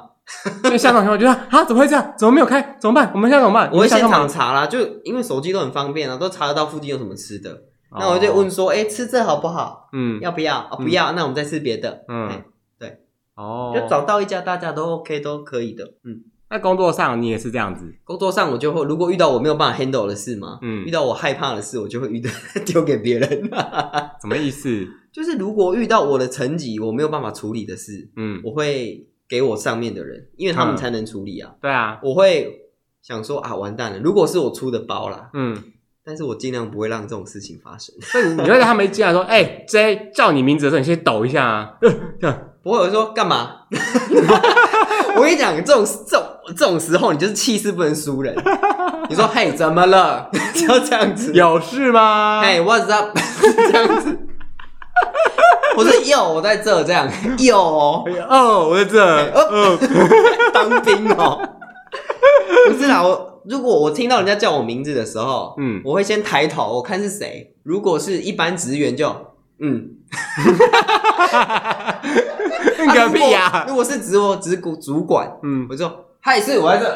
Speaker 2: 所以香港同学觉得啊，怎么会这样？怎么没有开？怎么办？我们现在怎么办？
Speaker 1: 我会
Speaker 2: 现
Speaker 1: 现
Speaker 2: 在
Speaker 1: 场
Speaker 2: 干嘛？
Speaker 1: 查啦，就因为手机都很方便啊，都查得到附近有什么吃的。那我就问
Speaker 2: 哦，
Speaker 1: 说，哎、吃这好不好？
Speaker 2: 嗯
Speaker 1: 要不要？哦，不要，那我们再吃别的。
Speaker 2: 嗯
Speaker 1: 哎，对，
Speaker 2: 哦，
Speaker 1: 就找到一家大家都 OK 都可以的。嗯，
Speaker 2: 那工作上你也是这样子，
Speaker 1: 工作上我就会，如果遇到我没有办法 handle 的事嘛，
Speaker 2: 嗯
Speaker 1: 遇到我害怕的事，我就会遇到 丢给别人。
Speaker 2: 什么意 思？
Speaker 1: 就是如果遇到我的层级我没有办法处理的事，
Speaker 2: 嗯，
Speaker 1: 我会给我上面的人，因为他们
Speaker 2: 嗯
Speaker 1: 才能处理啊。
Speaker 2: 对啊，
Speaker 1: 我会想说啊，完蛋了，如果是我出的包啦，
Speaker 2: 嗯，
Speaker 1: 但是我尽量不会让这种事情发生。
Speaker 2: 所以你会在他们一进 来说，哎，J 叫你名字的时候，你先抖一下啊，这样，
Speaker 1: 不会，我就说干嘛？ 我跟你讲，这种这种这种时候，你就是气势不能输人。你说嘿，怎么了？ 就这样子。
Speaker 2: 有事吗？
Speaker 1: 嘿，What's up？这 样子。我说哟，我在这这样哟哦，
Speaker 2: 哎呀哦，我在这，
Speaker 1: 哦
Speaker 2: 哦，
Speaker 1: 当兵哦。不是啦，我如果我听到人家叫我名字的时候，
Speaker 2: 嗯
Speaker 1: 我会先抬头，我看是谁。如果是一般职员就，嗯，
Speaker 2: 你个屁
Speaker 1: 啊
Speaker 2: 呀
Speaker 1: 如！果如果是职我职股主管，
Speaker 2: 嗯，
Speaker 1: 我就嗨，是我在这，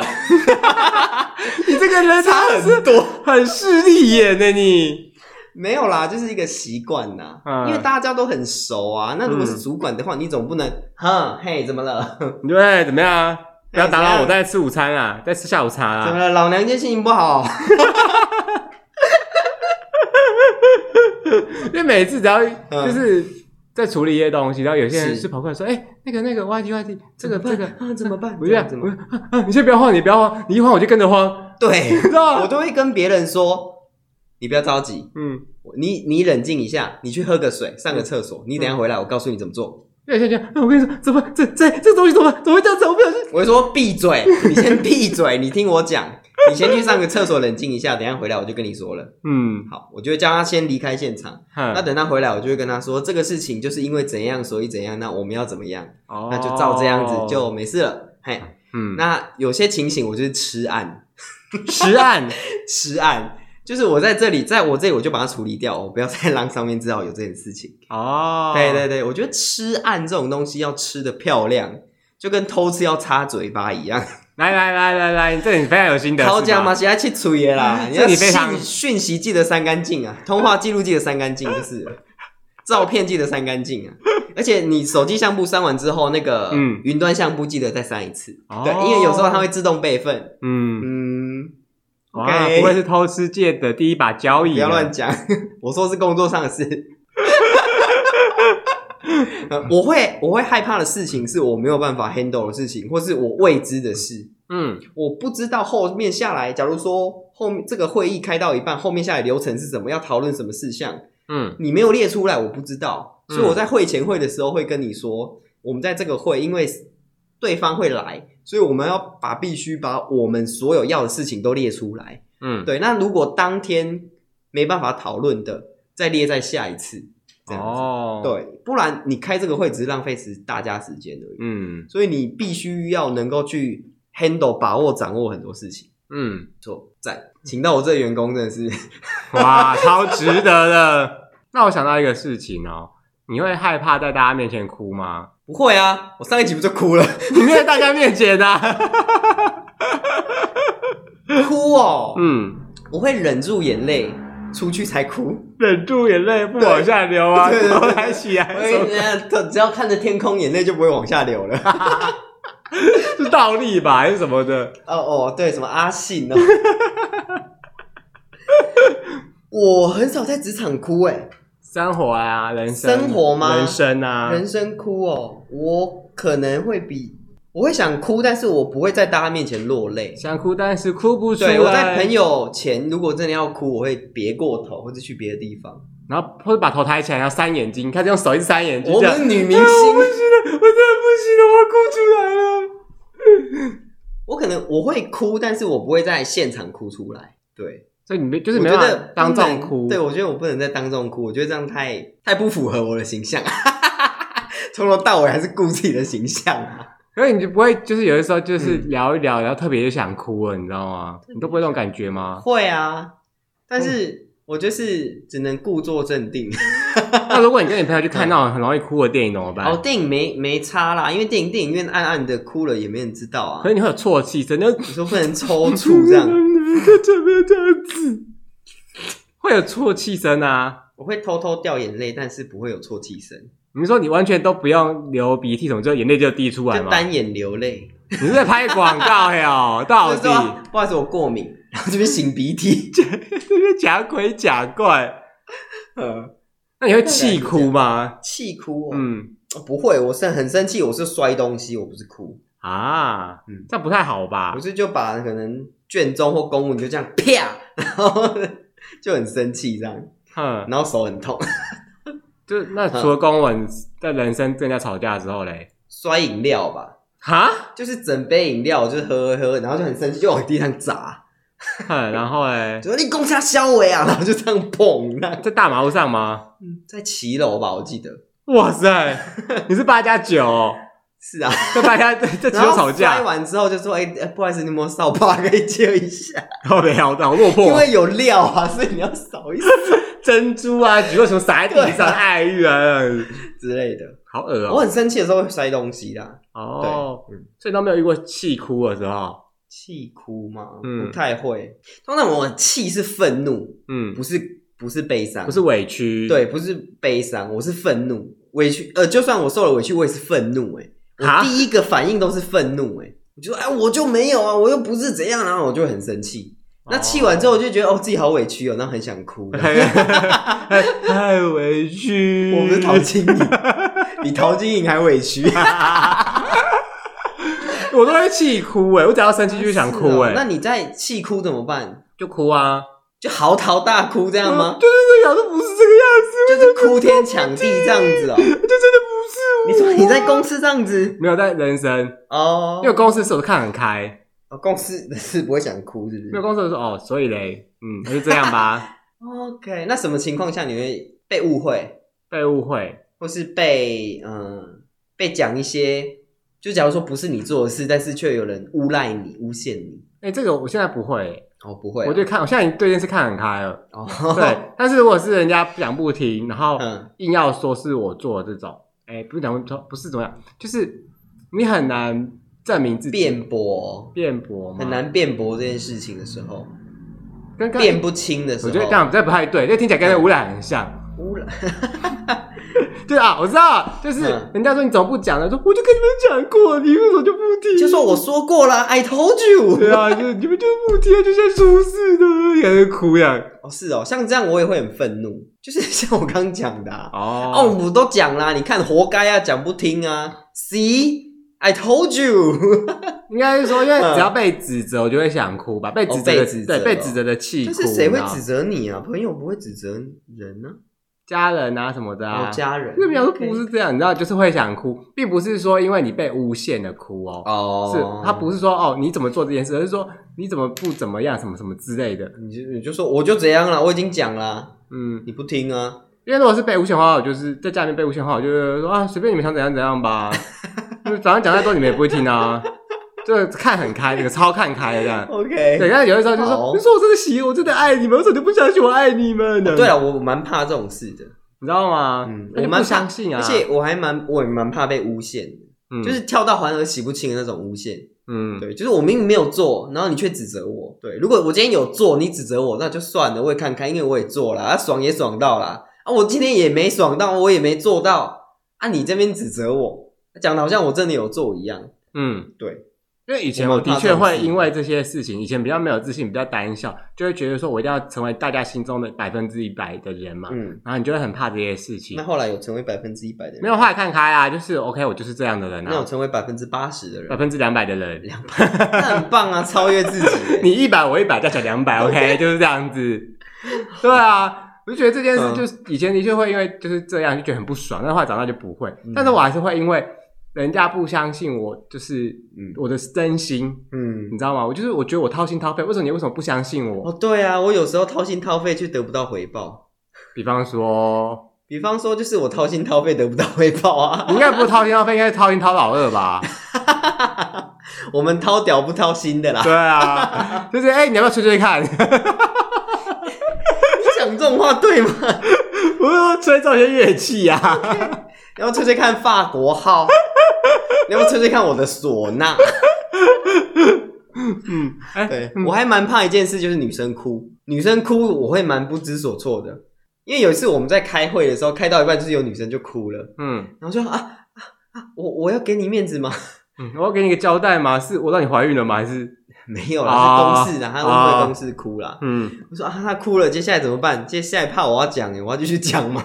Speaker 2: 你这个人
Speaker 1: 差 很多。
Speaker 2: 很势利眼呢，你，
Speaker 1: 没有啦，就是一个习惯呐，
Speaker 2: 嗯
Speaker 1: 因为大家都很熟啊。那如果是主管的话，你总不能，哼，嘿，怎么了？
Speaker 2: 你对怎么样啊？不要打
Speaker 1: 哎怎
Speaker 2: 扰
Speaker 1: 样
Speaker 2: 我，在吃午餐啊，在吃下午茶
Speaker 1: 怎么
Speaker 2: 啊。
Speaker 1: 了？老娘今天心情不好。
Speaker 2: 因为每次只要就是在处理一些东西，然后有些人是跑过来说：“哎，那个那个 YT YT，这个这个。”
Speaker 1: 啊，怎么办？
Speaker 2: 我就这样
Speaker 1: 怎，
Speaker 2: 我
Speaker 1: 么
Speaker 2: 就？啊啊你先不要慌，你不要慌，你一慌我就跟着慌，
Speaker 1: 对
Speaker 2: 你，知道
Speaker 1: 我
Speaker 2: 吗？
Speaker 1: 都会跟别人说，你不要着急，
Speaker 2: 嗯，
Speaker 1: 你你冷静一下，你去喝个水，上个厕所，你等一下回来，我告诉你怎么做。
Speaker 2: 对对对，哎我跟你说，怎么这这这东西怎么怎么会这样子？我不小心，
Speaker 1: 我会说闭嘴， 你先闭嘴，你听我讲，你先去上个厕所冷静一下，等一下回来我就跟你说了。
Speaker 2: 嗯，
Speaker 1: 好，我就会叫他先离开现场。那
Speaker 2: 那
Speaker 1: 等他回来，我就会跟他说，这个事情就是因为怎样，所以怎样。那我们要怎么样？那
Speaker 2: 那
Speaker 1: 就照这样子就没事了。嘿，
Speaker 2: 哦嗯，
Speaker 1: 那有些情形我就是吃案，
Speaker 2: 实案，
Speaker 1: 吃案就是我在这里，在我这里我就把它处理掉，我不要再让上面知道有这件事情。
Speaker 2: 哦，
Speaker 1: 对对对，我觉得吃案这种东西要吃的漂亮，就跟偷吃要擦嘴巴一样。
Speaker 2: 来来来来来，这个你非常有心得，
Speaker 1: 掏
Speaker 2: 是
Speaker 1: 奖
Speaker 2: 吧嗯
Speaker 1: 嘛，？是爱去处理的啦。
Speaker 2: 这
Speaker 1: 要
Speaker 2: 你非常
Speaker 1: 信讯息记得删干净啊，通话记录记得删干净就是了，照片记得删干净啊。而且你手机相簿删完之后，那个
Speaker 2: 嗯
Speaker 1: 云端相簿记得再删一次，
Speaker 2: 哦
Speaker 1: 对，因为有时候它会自动备份。
Speaker 2: 嗯，
Speaker 1: 嗯，
Speaker 2: 哇，
Speaker 1: OK
Speaker 2: 不会是偷吃界的第一把交椅？
Speaker 1: 不要乱，讲， 我说是工作上的事。 呃我会我会害怕的事情是我没有办法 handle 的事情，或是我未知的事。
Speaker 2: 嗯
Speaker 1: 我不知道后面下来，假如说后面这个会议开到一半，后面下来流程是什么，要讨论什么事项，
Speaker 2: 嗯
Speaker 1: 你没有列出来，我不知道，
Speaker 2: 嗯
Speaker 1: 所以我在会前会的时候会跟你说，我们在这个会，因为对方会来，所以我们要把必须把我们所有要的事情都列出来。
Speaker 2: 嗯，
Speaker 1: 对，那如果当天没办法讨论的，再列在下一次。这样子。
Speaker 2: 哦，，
Speaker 1: 对，不然你开这个会只是浪费时大家时间而已。
Speaker 2: 嗯
Speaker 1: 所以你必须要能够去 handle 把握掌握很多事情。
Speaker 2: 嗯，
Speaker 1: 错，赞，请到我这员工真的是
Speaker 2: 哇，超值得的。那我想到一个事情哦，你会害怕在大家面前哭吗？
Speaker 1: 不会啊，我上一集不就哭了，
Speaker 2: 你没有在大家面前啊的、
Speaker 1: 哭哦，
Speaker 2: 嗯，
Speaker 1: 我会忍住眼泪出去才哭。
Speaker 2: 忍住眼泪不往下流啊，
Speaker 1: 对对对
Speaker 2: 头抬起来
Speaker 1: 因为
Speaker 2: 说，
Speaker 1: 人家只要看着天空，眼泪就不会往下流了。
Speaker 2: 是倒立吧还是什么的？
Speaker 1: 哦哦，对，什么阿信 哦，我很少在职场哭哎、
Speaker 2: 生活啊，人生，
Speaker 1: 生活吗
Speaker 2: 人生啊，
Speaker 1: 人生哭哦，我可能会比我会想哭，但是我不会在大家面前落泪。
Speaker 2: 想哭但是哭不出来。
Speaker 1: 对，我在朋，友前如果真的要哭，我会别过头或者去别的地方。
Speaker 2: 然后或者把头抬起来，然后扇眼睛，开始用手一直扇眼睛，
Speaker 1: 我
Speaker 2: 这
Speaker 1: 们是
Speaker 2: 样
Speaker 1: 女明
Speaker 2: 啊我不
Speaker 1: 星，
Speaker 2: 行了，我真的不行了，我要哭出来了。
Speaker 1: 我可能我会哭，但是我不会在现场哭出来。对，
Speaker 2: 所以你没就是
Speaker 1: 我
Speaker 2: 没
Speaker 1: 觉
Speaker 2: 办
Speaker 1: 得
Speaker 2: 法当
Speaker 1: 不能
Speaker 2: 众哭，
Speaker 1: 对，我觉得我不能再当众哭，我觉得这样太太不符合我的形象。 从头到尾还是顾自己的形象啊。
Speaker 2: 因为你就不会就是有的时候就是
Speaker 1: 嗯
Speaker 2: 聊一聊，然后特别就想哭了，你知道吗？你都不会这种感觉吗？
Speaker 1: 会啊，但是我就是只能故作镇定。
Speaker 2: 那如果你跟你朋友去看那种很容易哭的电影怎么办
Speaker 1: 嗯哦，？电影没没差啦，因为电影电影院暗暗的哭了也没人知道啊
Speaker 2: 可。是你会有啜泣声，就
Speaker 1: 你说不能抽搐这样，
Speaker 2: 就怎么这样子？ 会有啜泣声啊！
Speaker 1: 我会偷偷掉眼泪，但是不会有啜泣声，
Speaker 2: 你说你完全都不用流鼻涕什么，就眼泪就滴出来
Speaker 1: 就
Speaker 2: 吗？
Speaker 1: 单眼流泪。
Speaker 2: 你是在拍广告哟？到
Speaker 1: 就
Speaker 2: 底
Speaker 1: 是 说啊不好意思，我过敏，然后这边擤鼻涕。
Speaker 2: 这边假鬼假怪？
Speaker 1: 呃，
Speaker 2: 那你会气哭吗？
Speaker 1: 气哭、哦，
Speaker 2: 嗯
Speaker 1: 不会，我是很生气，我是摔东西，我不是哭，
Speaker 2: 啊
Speaker 1: 嗯，
Speaker 2: 这样不太好吧
Speaker 1: 我？是就把可能卷宗或公文就这样啪，然后 就很生气这样，
Speaker 2: 哼，
Speaker 1: 然后手很痛，
Speaker 2: 就那除了公文，在人生跟人家吵架之后嘞，
Speaker 1: 摔饮料吧，
Speaker 2: 哈，
Speaker 1: 就是整杯饮料，我就是喝喝喝，然后就很生气，就往地上砸，
Speaker 2: 哼，然后嘞，
Speaker 1: 就说你攻下消委啊，然后就这样砰，那
Speaker 2: 在大马路上吗？
Speaker 1: 嗯在骑楼吧，我记得
Speaker 2: 哇塞，你是八加九哦，
Speaker 1: 是 啊，
Speaker 2: 在八加在在只
Speaker 1: 然
Speaker 2: 有
Speaker 1: 后
Speaker 2: 吵架
Speaker 1: 摔，完之后就说，哎、哎不好意思，你有没有扫把可以借一下？
Speaker 2: 特别好，好落魄
Speaker 1: 因。为有料啊，所以你要扫一扫
Speaker 2: 珍珠啊，举个什么撒在地上，爱玉啊，这样子
Speaker 1: 之类的。
Speaker 2: 好恶
Speaker 1: 我
Speaker 2: 哦、
Speaker 1: 很生气的时候会摔东西啦，
Speaker 2: 哦，
Speaker 1: 对嗯
Speaker 2: 所以都没有遇过气哭的时候。
Speaker 1: 气哭嘛，
Speaker 2: 嗯
Speaker 1: 不太会。通常我的气是愤怒，
Speaker 2: 嗯
Speaker 1: 不，是不是悲伤，
Speaker 2: 不是委屈，
Speaker 1: 对，不是悲伤，我是愤怒、委屈。呃，就算我受了委屈，我也是愤怒、欸。
Speaker 2: 啊
Speaker 1: 我第一个反应都是愤怒、欸。哎，我就说哎，我就没有啊，我又不是怎样，然后我就很生气。
Speaker 2: 哦，
Speaker 1: 那气完之后，我就觉得哦，自己好委屈哦，那很想 哭。
Speaker 2: 太委屈，
Speaker 1: 我不是陶晶 莹，比陶晶莹还委屈。
Speaker 2: 我都会气哭哎、我只要生气就想哭哎、
Speaker 1: 是哦那你在气哭怎么办？
Speaker 2: 就哭啊，
Speaker 1: 就嚎啕大哭这样 吗？
Speaker 2: 对对对，想说不是这个样子，
Speaker 1: 就是哭天抢地这样子哦、
Speaker 2: 就真的不是我。
Speaker 1: 你说你在公司这样子
Speaker 2: 没有在人生，
Speaker 1: 哦
Speaker 2: 因为公司是我都看很开，
Speaker 1: 哦公司是不会想哭，是不是
Speaker 2: 没有公司我说哦，所以嘞，嗯，那就这样吧，
Speaker 1: ？OK，那什么情况下你会被误会，
Speaker 2: 被误会，
Speaker 1: 或是被嗯、呃被讲一些？就假如说不是你做的事，但是却有人诬赖你、诬陷你，
Speaker 2: 哎、这个我现在不会，
Speaker 1: 哦，不会啊、
Speaker 2: 我就看，我现在对电视看很开了。
Speaker 1: 哦，
Speaker 2: 对，但是如果是人家不讲不听，然后
Speaker 1: 嗯
Speaker 2: 硬要说是我做的这种，哎、不是讲不不是怎么样，就是你很难证明自己
Speaker 1: 辩驳
Speaker 2: 辩驳嘛，
Speaker 1: 很难辩驳这件事情的时候，
Speaker 2: 跟刚
Speaker 1: 辩不清的时
Speaker 2: 我
Speaker 1: 候，
Speaker 2: 觉得这样这不太对，这听起来跟那个污染很像。
Speaker 1: 污染，
Speaker 2: 对啊，我知道，就是
Speaker 1: 嗯
Speaker 2: 人家说你怎么不讲呢？说我就跟你们讲过，你为什么就不听？
Speaker 1: 就说我说过啦 i told you。
Speaker 2: 对啊，就是你们就不听，就像出事的，感觉哭呀。
Speaker 1: 哦，是哦，像这样我也会很愤怒，就是 像我刚讲的、啊，哦，
Speaker 2: 哦，
Speaker 1: 我都讲啦，你看活该啊，讲不听啊，See。I told you，
Speaker 2: 应该是说，因为只要被指责，我就会想哭吧。被指责
Speaker 1: 嗯哦
Speaker 2: 的
Speaker 1: 被指责
Speaker 2: 对
Speaker 1: 哦
Speaker 2: 被指责的气哭，
Speaker 1: 但是谁会
Speaker 2: 你知道
Speaker 1: 指责你啊？朋友不会指责人呢、
Speaker 2: 家人啊什么的
Speaker 1: 啊，
Speaker 2: 啊
Speaker 1: 哦，？家人。
Speaker 2: 日本人说
Speaker 1: OK
Speaker 2: 不是这样，你知道，就是会想哭，并不是说因为你被诬陷的哭哦。是
Speaker 1: 哦，
Speaker 2: 他不，是说哦你怎么做这件事，而是说你怎么不怎么样，什么什么之类的。
Speaker 1: 你就你就说我就怎样了，我已经讲了，
Speaker 2: 嗯，
Speaker 1: 你不听啊，
Speaker 2: 因为如果是被无限花，我就是在家里面被无限花，我就是说啊，随便你们想怎样怎样吧。就是早上讲再多，你们也不会听啊。就是看很开，那个超看开的这样。
Speaker 1: OK，
Speaker 2: 对，
Speaker 1: 对
Speaker 2: 然后有的时候就说
Speaker 1: 哎好：“
Speaker 2: 你说我真的喜，我真的爱你们，我怎么不相信我爱你们呢？”
Speaker 1: 对啊，我蛮怕这种事的，
Speaker 2: 你知道吗？
Speaker 1: 嗯
Speaker 2: 他就
Speaker 1: 我蛮
Speaker 2: 不相信啊，
Speaker 1: 而且我还蛮我也蛮怕被诬陷的，
Speaker 2: 嗯
Speaker 1: 就是跳到黄河洗不清的那种诬陷。
Speaker 2: 嗯，
Speaker 1: 对，就是我明明没有做，然后你却指责我。对，如果我今天有做，你指责我，那就算了，我也看看，因为我也做了，啊，爽也爽到了，啊，我今天也没爽到，我也没做到，啊，你这边指责我，讲的好像我真的有做一样。
Speaker 2: 嗯，
Speaker 1: 对，
Speaker 2: 因为以前
Speaker 1: 我
Speaker 2: 我
Speaker 1: 们怕
Speaker 2: 的
Speaker 1: 这
Speaker 2: 确
Speaker 1: 种
Speaker 2: 会
Speaker 1: 事
Speaker 2: 因为这些事情，以前比较没有自信，比较胆小，就会觉得说我一定要成为大家心中的百分之一百的人嘛，
Speaker 1: 嗯，
Speaker 2: 然后你就会很怕这些事情
Speaker 1: 那。后来有成为百分之一百的人，
Speaker 2: 没有，后来看开啊，就是 OK，我就是这样的人
Speaker 1: 那有
Speaker 2: 啊，
Speaker 1: 成为百分之八十的
Speaker 2: 百
Speaker 1: 人，
Speaker 2: 分之 两百的人，
Speaker 1: 那很棒啊，超越 自己耶。
Speaker 2: 你一百我一百，再减两百，OK，就 是这样子。对啊，我就觉得这件事
Speaker 1: 嗯
Speaker 2: 就是以前的确会因为就是这样就觉得很不爽，但后来长大就不会，
Speaker 1: 嗯
Speaker 2: 但是我还是会因为人家不相信我，就是
Speaker 1: 嗯
Speaker 2: 我的真心，
Speaker 1: 嗯，
Speaker 2: 你知道吗？我就是我觉得我掏心掏肺，为什么你为什么不相信我？
Speaker 1: 哦，对啊，我有时候掏心掏肺却得不到回报，
Speaker 2: 比方说，
Speaker 1: 比方说就是我掏心掏肺得不到回报啊
Speaker 2: 你。应该不是掏心掏肺，应该是掏心掏老 二吧？
Speaker 1: 我们掏屌不掏心的啦，
Speaker 2: 对啊，就是哎、你要不要吹吹看？
Speaker 1: 讲这种话对吗？
Speaker 2: 我说吹这些乐器啊，
Speaker 1: 你要吹吹看法国号， 你要不要吹吹看我的唢呐。
Speaker 2: 嗯，哎、
Speaker 1: 对
Speaker 2: 嗯
Speaker 1: 我还蛮怕一件事，就是女生哭，女生哭我会蛮不知所措的，因为有一次我们在开会的时候，开到一半就是有女生就哭了，
Speaker 2: 嗯
Speaker 1: 然后就啊啊啊，我我要给你面子吗？
Speaker 2: 嗯，我要给你一个交代嘛，是我让你怀孕了吗？还是
Speaker 1: 没有啦，
Speaker 2: 啊
Speaker 1: 是公事啦，她
Speaker 2: 啊
Speaker 1: 误会公事哭啦。
Speaker 2: 嗯，
Speaker 1: 我说啊，她哭了，接下来怎么办？接下来怕我要讲耶，我要继续讲吗？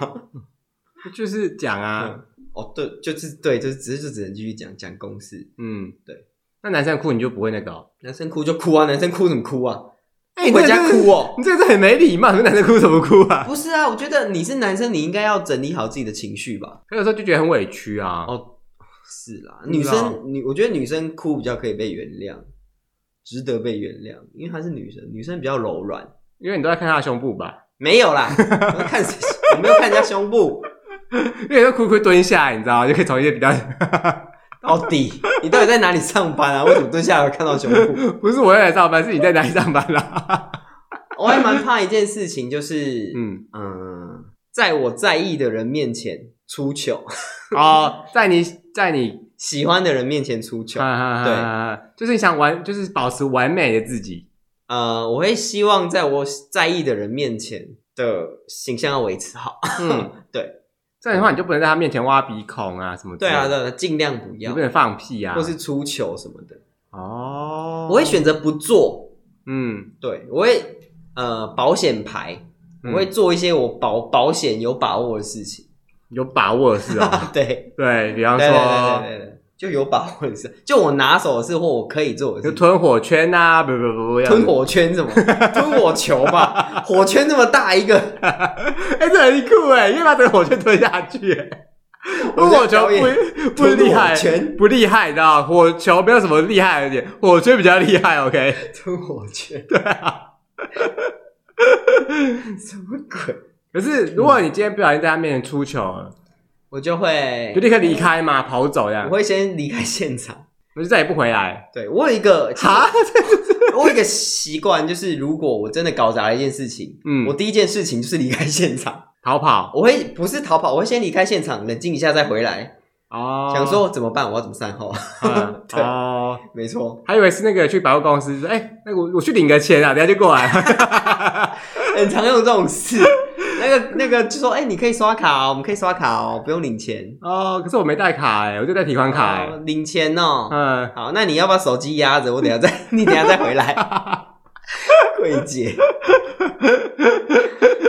Speaker 2: 就是讲啊
Speaker 1: 嗯，哦，对，就是对，就是只是就只能继续讲讲公事。
Speaker 2: 嗯，
Speaker 1: 对。
Speaker 2: 那男生哭你就不会那个、哦？
Speaker 1: 男生哭就哭啊，男生哭什么哭啊？
Speaker 2: 哎、
Speaker 1: 回家哭哦、
Speaker 2: 你这个是很没礼貌，你们男生哭什么哭 啊？
Speaker 1: 不是啊，我觉得你是男生，你应该要整理好自己的情绪吧。
Speaker 2: 有时候就觉得很委屈啊。
Speaker 1: 哦是啦，
Speaker 2: 不
Speaker 1: 女
Speaker 2: 知道
Speaker 1: 生女，我觉得女生哭比较可以被原谅，值得被原谅，因为她是女生，女生比较柔软。
Speaker 2: 因为你都在看他的胸部吧？
Speaker 1: 没有 啦，我看谁？我没有看人家胸部，
Speaker 2: 因为你都哭哭蹲下来，你知道吗？就可以从一些比较
Speaker 1: 到底你到底在哪里上班啊？为什么蹲下来看到胸 部？
Speaker 2: 不是我在上班，是你在哪里上班 啦？
Speaker 1: 我还蛮怕一件事情，就是嗯、
Speaker 2: 嗯，
Speaker 1: 在我在意的人面前出糗，
Speaker 2: 哦，在你在你，
Speaker 1: 喜欢的人面前出糗。
Speaker 2: 对，就是你想完，就是保持完美的自己。
Speaker 1: 呃，我会希望在我在意的人面前的形象要维持好。
Speaker 2: 嗯，
Speaker 1: 对，
Speaker 2: 这样的话你就不能在他面前挖鼻孔啊什么之
Speaker 1: 对
Speaker 2: 类的。
Speaker 1: 啊，对啊，尽量不
Speaker 2: 你
Speaker 1: 要
Speaker 2: 不，能嗯放屁啊，
Speaker 1: 或是出糗什么的，
Speaker 2: 哦，
Speaker 1: 我会，选择不做。
Speaker 2: 嗯，
Speaker 1: 对，我会呃保险牌，我会
Speaker 2: 嗯
Speaker 1: 做一些我保保险有把握的事情。
Speaker 2: 有把握的事哦。
Speaker 1: 对，
Speaker 2: 对比方
Speaker 1: 对对对
Speaker 2: 说，
Speaker 1: 对对对，就有把握的事，就我拿手的事或我可以做的
Speaker 2: 就
Speaker 1: 事。
Speaker 2: 吞火圈啊，不不不不，
Speaker 1: 吞，火圈什么？吞火球吧，火圈那么大一个，
Speaker 2: 哎，这很酷哎，因为把整个火圈吞下去哎。
Speaker 1: 我
Speaker 2: 吞火
Speaker 1: 在
Speaker 2: 球
Speaker 1: 表演
Speaker 2: 不不
Speaker 1: 吞
Speaker 2: 厉害
Speaker 1: 火，圈，
Speaker 2: 不厉害，你知道吗火球没有什么厉害的点，火圈比较厉害。OK，
Speaker 1: 吞火圈，对啊， 什么鬼？
Speaker 2: 可是如果你今天不小心在他面前出糗了，
Speaker 1: 我就会
Speaker 2: 就立刻离开嘛，跑走呀
Speaker 1: 我，会先离开现场。
Speaker 2: 我就再也不回来。
Speaker 1: 对我有一个，
Speaker 2: 哈，
Speaker 1: 我有一个习惯，就是如果我真的搞砸了一件事情，
Speaker 2: 嗯
Speaker 1: 我第一件事情就是离开现场。
Speaker 2: 逃跑
Speaker 1: 我会不是逃跑，我会先离开现场，冷静一下再回来，
Speaker 2: 哦，
Speaker 1: 想说怎么办，我要怎么善后？
Speaker 2: 嗯
Speaker 1: 对
Speaker 2: 哦，
Speaker 1: 没错，
Speaker 2: 还以为是那个去百货公司说，哎，那个我我去领个钱啊，等一下就过来。
Speaker 1: 很常用这种事。 那个那个就说，哎、你可以刷卡哦，我们可以刷卡哦，不用领钱。
Speaker 2: 哦，可是我没带卡哎，我就带提款卡
Speaker 1: 哦
Speaker 2: 哎。
Speaker 1: 领钱哦。
Speaker 2: 嗯，
Speaker 1: 好，那你要把手机压着，我等一下再， 你等一下再回 来。柜姐，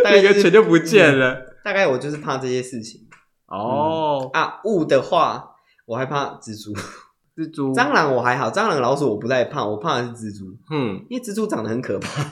Speaker 1: 大概
Speaker 2: 那
Speaker 1: 就
Speaker 2: 个
Speaker 1: 是嗯
Speaker 2: 钱就不见了。
Speaker 1: 大概我就是怕这些事情
Speaker 2: 哦，
Speaker 1: 啊。物的话，我害怕蜘蛛、
Speaker 2: 蜘蛛，
Speaker 1: 蟑螂，我还好，蟑螂、老鼠我不太怕，我怕的是蜘蛛，
Speaker 2: 嗯，
Speaker 1: 因为蜘蛛长得很可怕，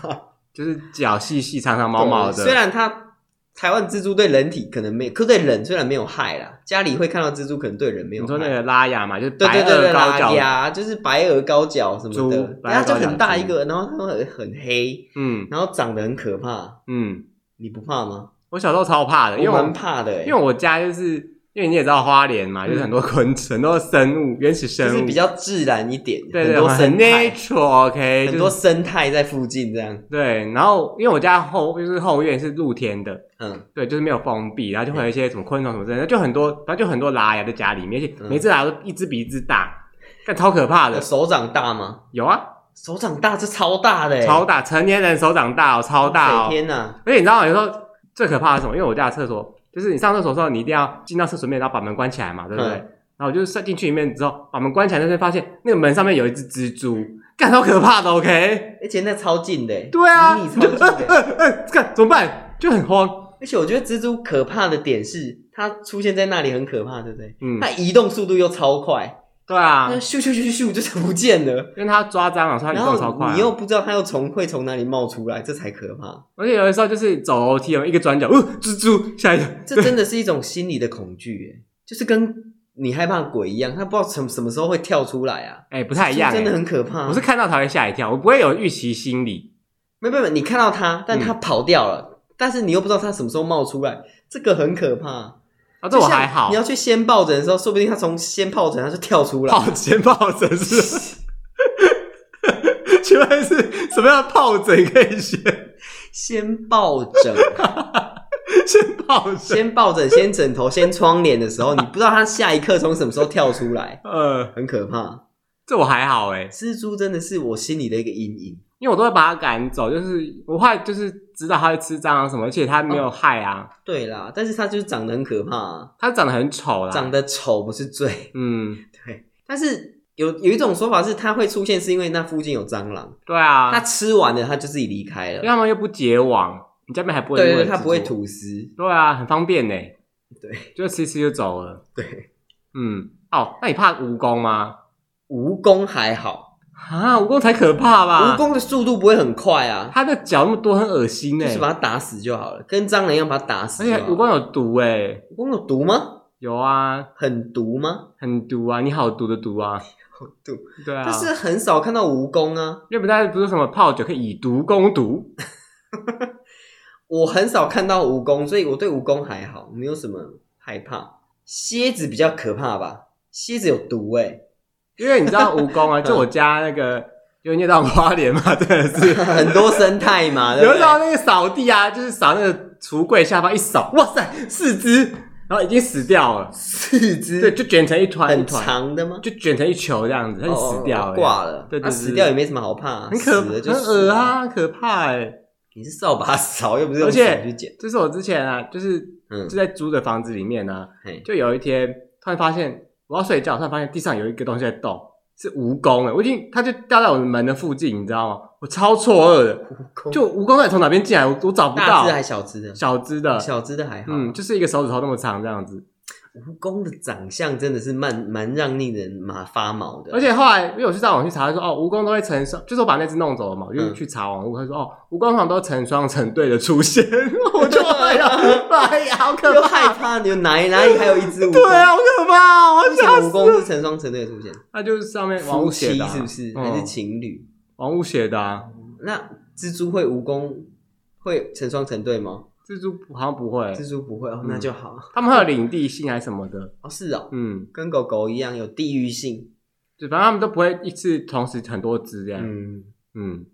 Speaker 2: 就是脚细细长长毛毛
Speaker 1: 对虽
Speaker 2: 的。
Speaker 1: 然它台湾蜘蛛对人体可能没，可对人虽然没有害啦，家里会看到蜘蛛，可能对人没有
Speaker 2: 你
Speaker 1: 害。
Speaker 2: 说那个拉雅嘛，就是
Speaker 1: 对
Speaker 2: 白
Speaker 1: 对对对，
Speaker 2: 鹅高
Speaker 1: 拉
Speaker 2: 脚，
Speaker 1: 牙就是白鹅高脚什么的
Speaker 2: 猪，白
Speaker 1: 然
Speaker 2: 额高脚
Speaker 1: 后就很大一个，然后它们很很黑，
Speaker 2: 嗯
Speaker 1: 然后长得很可怕，
Speaker 2: 嗯，
Speaker 1: 你不怕吗？
Speaker 2: 我小时候超怕的，因为
Speaker 1: 我蛮
Speaker 2: 我
Speaker 1: 怕的、欸，
Speaker 2: 因为我家就是因为你也知道花莲嘛，就是很多昆虫、很多生物、原始
Speaker 1: 就是
Speaker 2: 生物，
Speaker 1: 比较自然一点，
Speaker 2: 对
Speaker 1: 很
Speaker 2: 对，
Speaker 1: 多生
Speaker 2: 很
Speaker 1: 态，
Speaker 2: nature，OK，、就是
Speaker 1: 很多生态在附近这样。
Speaker 2: 对。然后因为我家后就是后院是露天的，
Speaker 1: 嗯，
Speaker 2: 对，就是没有封闭，然后就会有一些什么昆虫什么之类的，就很多，反正就很多拉牙在家里面，而且
Speaker 1: 嗯
Speaker 2: 每只拉牙都一只比一只大，但超可怕的。
Speaker 1: 手掌大吗？
Speaker 2: 有啊，
Speaker 1: 手掌大，这超大的、欸，
Speaker 2: 超大，成年人手掌大哦，超大哦。
Speaker 1: 天哪！
Speaker 2: 而且你知道，有时候最可怕的是什么？因为我家的厕所，就是你上厕所的时候，你一定要进到厕所里面，然后把门关起来嘛，对不对？
Speaker 1: 嗯
Speaker 2: 然后我就是进去里面之后，把门关起来，就会发现那个门上面有一只蜘蛛，干超可怕的，OK？
Speaker 1: 而且那超近的、欸，
Speaker 2: 对啊，
Speaker 1: 离你超近的、
Speaker 2: 呃呃呃 干怎么办？就很慌，
Speaker 1: 而且我觉得蜘蛛可怕的点是，它出现在那里很可怕，对不对？
Speaker 2: 嗯
Speaker 1: 它，移动速度又超快，
Speaker 2: 对啊
Speaker 1: 它，咻咻咻咻咻就是不见了。
Speaker 2: 因为它抓蟑螂，所以它移
Speaker 1: 然
Speaker 2: 动超快
Speaker 1: 后
Speaker 2: 啊、
Speaker 1: 你又不知道它又从会从哪里冒出来，这才可怕。
Speaker 2: 而且有的时候就是走楼梯，有一个转角，哦，蜘蛛，吓一跳。
Speaker 1: 这真的是一种心理的恐惧，哎，就是跟你害怕鬼一样，它不知道什什么时候会跳出来啊，
Speaker 2: 哎、不太一样、
Speaker 1: 这真的
Speaker 2: 哎
Speaker 1: 很可怕。
Speaker 2: 我是看到才会吓一跳，我不会有预期心理。
Speaker 1: 没有没有，你看到它，
Speaker 2: 嗯
Speaker 1: 但它跑掉了，但是你又不知道它什么时候冒出来，这个很可怕。
Speaker 2: 啊，这
Speaker 1: 就
Speaker 2: 我
Speaker 1: 像
Speaker 2: 还好
Speaker 1: 你。要去掀抱枕的时候，说不定它从掀抱枕它就跳出来。
Speaker 2: 泡前疱疹是？ 请问是什么样的疱疹可以选？
Speaker 1: 掀抱枕。
Speaker 2: 先疱疹？
Speaker 1: 先抱枕、先枕头、先窗帘的时候，你不知道它下一刻从什么时候跳出来，
Speaker 2: 呃，
Speaker 1: 很可怕。
Speaker 2: 这我还好哎、
Speaker 1: 蜘蛛真的是我心里的一个阴影。
Speaker 2: 因为我都会把它赶走，就是我后来就是知道它会吃蟑螂什么，而且它
Speaker 1: 哦
Speaker 2: 没有害啊，
Speaker 1: 对啦，但是它就是长得很可怕、啊，
Speaker 2: 它长得很丑啦。
Speaker 1: 长得丑不是罪。
Speaker 2: 嗯，
Speaker 1: 对，但是有有一种说法是它会出现是因为那附近有蟑螂，
Speaker 2: 对啊
Speaker 1: 它，吃完了它就自己离开
Speaker 2: 因为
Speaker 1: 了。
Speaker 2: 它们又不结网，你家里面还不会
Speaker 1: 对对
Speaker 2: 因为
Speaker 1: 对，它
Speaker 2: 蜘
Speaker 1: 不会
Speaker 2: 蛛
Speaker 1: 吐丝。
Speaker 2: 对啊，很方便呢。
Speaker 1: 对，
Speaker 2: 就吃一吃就走了。
Speaker 1: 对，
Speaker 2: 嗯，哦，那你怕蜈蚣吗？
Speaker 1: 蜈蚣还好，
Speaker 2: 啊，蜈蚣才可怕
Speaker 1: 蜈，
Speaker 2: 吧？
Speaker 1: 蚣的速度不会很快啊，
Speaker 2: 它的脚那么多，很恶心
Speaker 1: 就
Speaker 2: 呢。
Speaker 1: 是把它打死就好了，跟蟑螂一样把它打死
Speaker 2: 而
Speaker 1: 就好
Speaker 2: 且
Speaker 1: 了。
Speaker 2: 蜈蚣有毒哎，
Speaker 1: 蜈蚣有毒吗？
Speaker 2: 有啊，
Speaker 1: 很毒吗？
Speaker 2: 很毒啊，你好毒的毒啊，
Speaker 1: 毒，
Speaker 2: 对啊。
Speaker 1: 但是很少看到蜈蚣啊，
Speaker 2: 日本大家不是什么泡酒可以以毒攻毒，
Speaker 1: 我很少看到蜈蚣，所以我对蜈蚣还好，没有什么害怕。蝎子比较可怕吧？蝎子有毒哎、。
Speaker 2: 因为你知道蜈蚣啊，就我家那个，因为念到花莲嘛， 真的是
Speaker 1: 很多生态嘛，对
Speaker 2: 有
Speaker 1: 不
Speaker 2: 时候
Speaker 1: 对？
Speaker 2: 那个扫地啊，就是扫那个橱柜下方一扫，哇塞，四只，然后已经死掉了，
Speaker 1: 四
Speaker 2: 对，
Speaker 1: 肢
Speaker 2: 就卷成一团一
Speaker 1: 很
Speaker 2: 团，
Speaker 1: 长的吗？
Speaker 2: 就卷成一球这样子，它就死掉
Speaker 1: 哦
Speaker 2: 了，
Speaker 1: 挂了。
Speaker 2: 对对
Speaker 1: 啊
Speaker 2: 对
Speaker 1: 死掉也没什么好怕，
Speaker 2: 很
Speaker 1: 死
Speaker 2: 可
Speaker 1: 了就
Speaker 2: 很
Speaker 1: 死
Speaker 2: 恶
Speaker 1: 了！
Speaker 2: 啊，很可怕哎。
Speaker 1: 你是扫把扫，又不是用
Speaker 2: 而且
Speaker 1: 手去捡。
Speaker 2: 这是我之前啊，就是
Speaker 1: 嗯
Speaker 2: 就，在租的房子里面呢、
Speaker 1: 嘿
Speaker 2: 就有一天突然发现我要睡觉，突然发现地上有一个东西在动，是蜈蚣哎，我已经它就掉在我的门的附近，你知道吗？我超错愕的，
Speaker 1: 蜈蚣
Speaker 2: 就蜈蚣到底从哪边进来，我我找不
Speaker 1: 大
Speaker 2: 到
Speaker 1: 只。还小只的，啊
Speaker 2: 小只的，
Speaker 1: 小只的还好。
Speaker 2: 嗯，就是一个手指头那么长这样子。
Speaker 1: 蜈蚣的长相真的是蛮蛮让令人麻发毛的，啊
Speaker 2: 而且后来，因为我去上网去查，他说哦，蜈蚣都会成双，就是我把那只弄走了嘛，我就
Speaker 1: 嗯
Speaker 2: 去查网络，他说哦，蜈蚣通常都成双成对的出现， 我就哎呀， 哎呀，好可
Speaker 1: 又害
Speaker 2: 怕，
Speaker 1: 怕，你哪里哪里还有一只蜈蚣？
Speaker 2: 对啊，好可怕，我
Speaker 1: 为什么
Speaker 2: 吓
Speaker 1: 蜈
Speaker 2: 死。
Speaker 1: 蚣是成双成对的出现？
Speaker 2: 他就是上面网
Speaker 1: 夫
Speaker 2: 屋写
Speaker 1: 妻
Speaker 2: 的啊、
Speaker 1: 是不是？
Speaker 2: 嗯
Speaker 1: 还是情侣？
Speaker 2: 网屋写的、啊？
Speaker 1: 那蜘蛛会蜈蚣会成双成对吗？
Speaker 2: 蜘蛛好像不会，
Speaker 1: 蜘蛛不会哦，
Speaker 2: 嗯
Speaker 1: 那就好。
Speaker 2: 他们会有领地性还是什么的，
Speaker 1: 哦，是哦，
Speaker 2: 嗯，
Speaker 1: 跟狗狗一样有地域性。
Speaker 2: 就反正他们都不会一次同时很多只这样，嗯
Speaker 1: 嗯，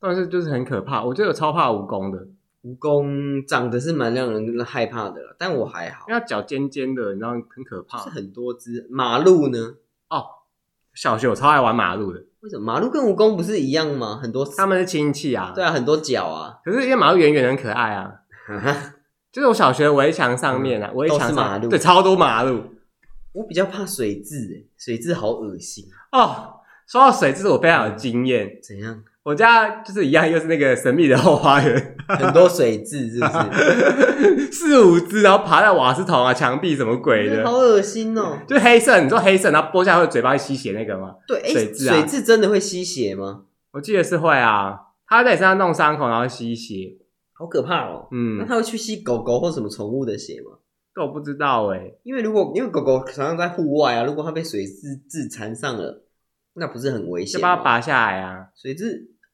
Speaker 2: 但是就是很可怕，我觉得我超怕蜈蚣的，
Speaker 1: 蜈蚣长得是蛮让人害怕的了，但我还好
Speaker 2: 因。为它脚尖尖的，你知道很可怕
Speaker 1: 是。很多只马路呢？
Speaker 2: 小学我超爱玩马路的，
Speaker 1: 为什么马路跟蜈蚣不是一样吗？很多
Speaker 2: 他们是亲戚啊，
Speaker 1: 对啊，很多脚啊，
Speaker 2: 可是因为马路远远的很可爱啊，就是我小学围墙上面啊，围墙
Speaker 1: 嗯都
Speaker 2: 上
Speaker 1: 是马路
Speaker 2: 对，超多马路
Speaker 1: 我比较怕水蛭，欸水蛭好恶心，啊
Speaker 2: 哦。说到水，这是我非常有经验。
Speaker 1: 怎样？
Speaker 2: 我家就是一样，又是那个神秘的后花园，
Speaker 1: 很多水蛭是不是？
Speaker 2: 四五只，然后爬在瓦斯桶啊、墙壁什么鬼
Speaker 1: 好
Speaker 2: 的，
Speaker 1: 恶心哦！
Speaker 2: 就黑色，你知道黑色，然后剥下来会嘴巴会吸血那个吗？
Speaker 1: 对，哎、
Speaker 2: 水
Speaker 1: 水
Speaker 2: 蛭啊
Speaker 1: 蛭真的会吸血吗？
Speaker 2: 我记得是会啊，它在你身上弄伤口，然后吸血。
Speaker 1: 好可怕哦！那
Speaker 2: 嗯，
Speaker 1: 它会去吸狗狗或什么宠物的血吗？
Speaker 2: 这我不知道哎、
Speaker 1: 因为如果因为狗狗常常在户外啊，如果它被水蛭蛭缠上了，那不是很危
Speaker 2: 就
Speaker 1: 险
Speaker 2: 把
Speaker 1: 吗？
Speaker 2: 它拔下来啊。
Speaker 1: 水蛭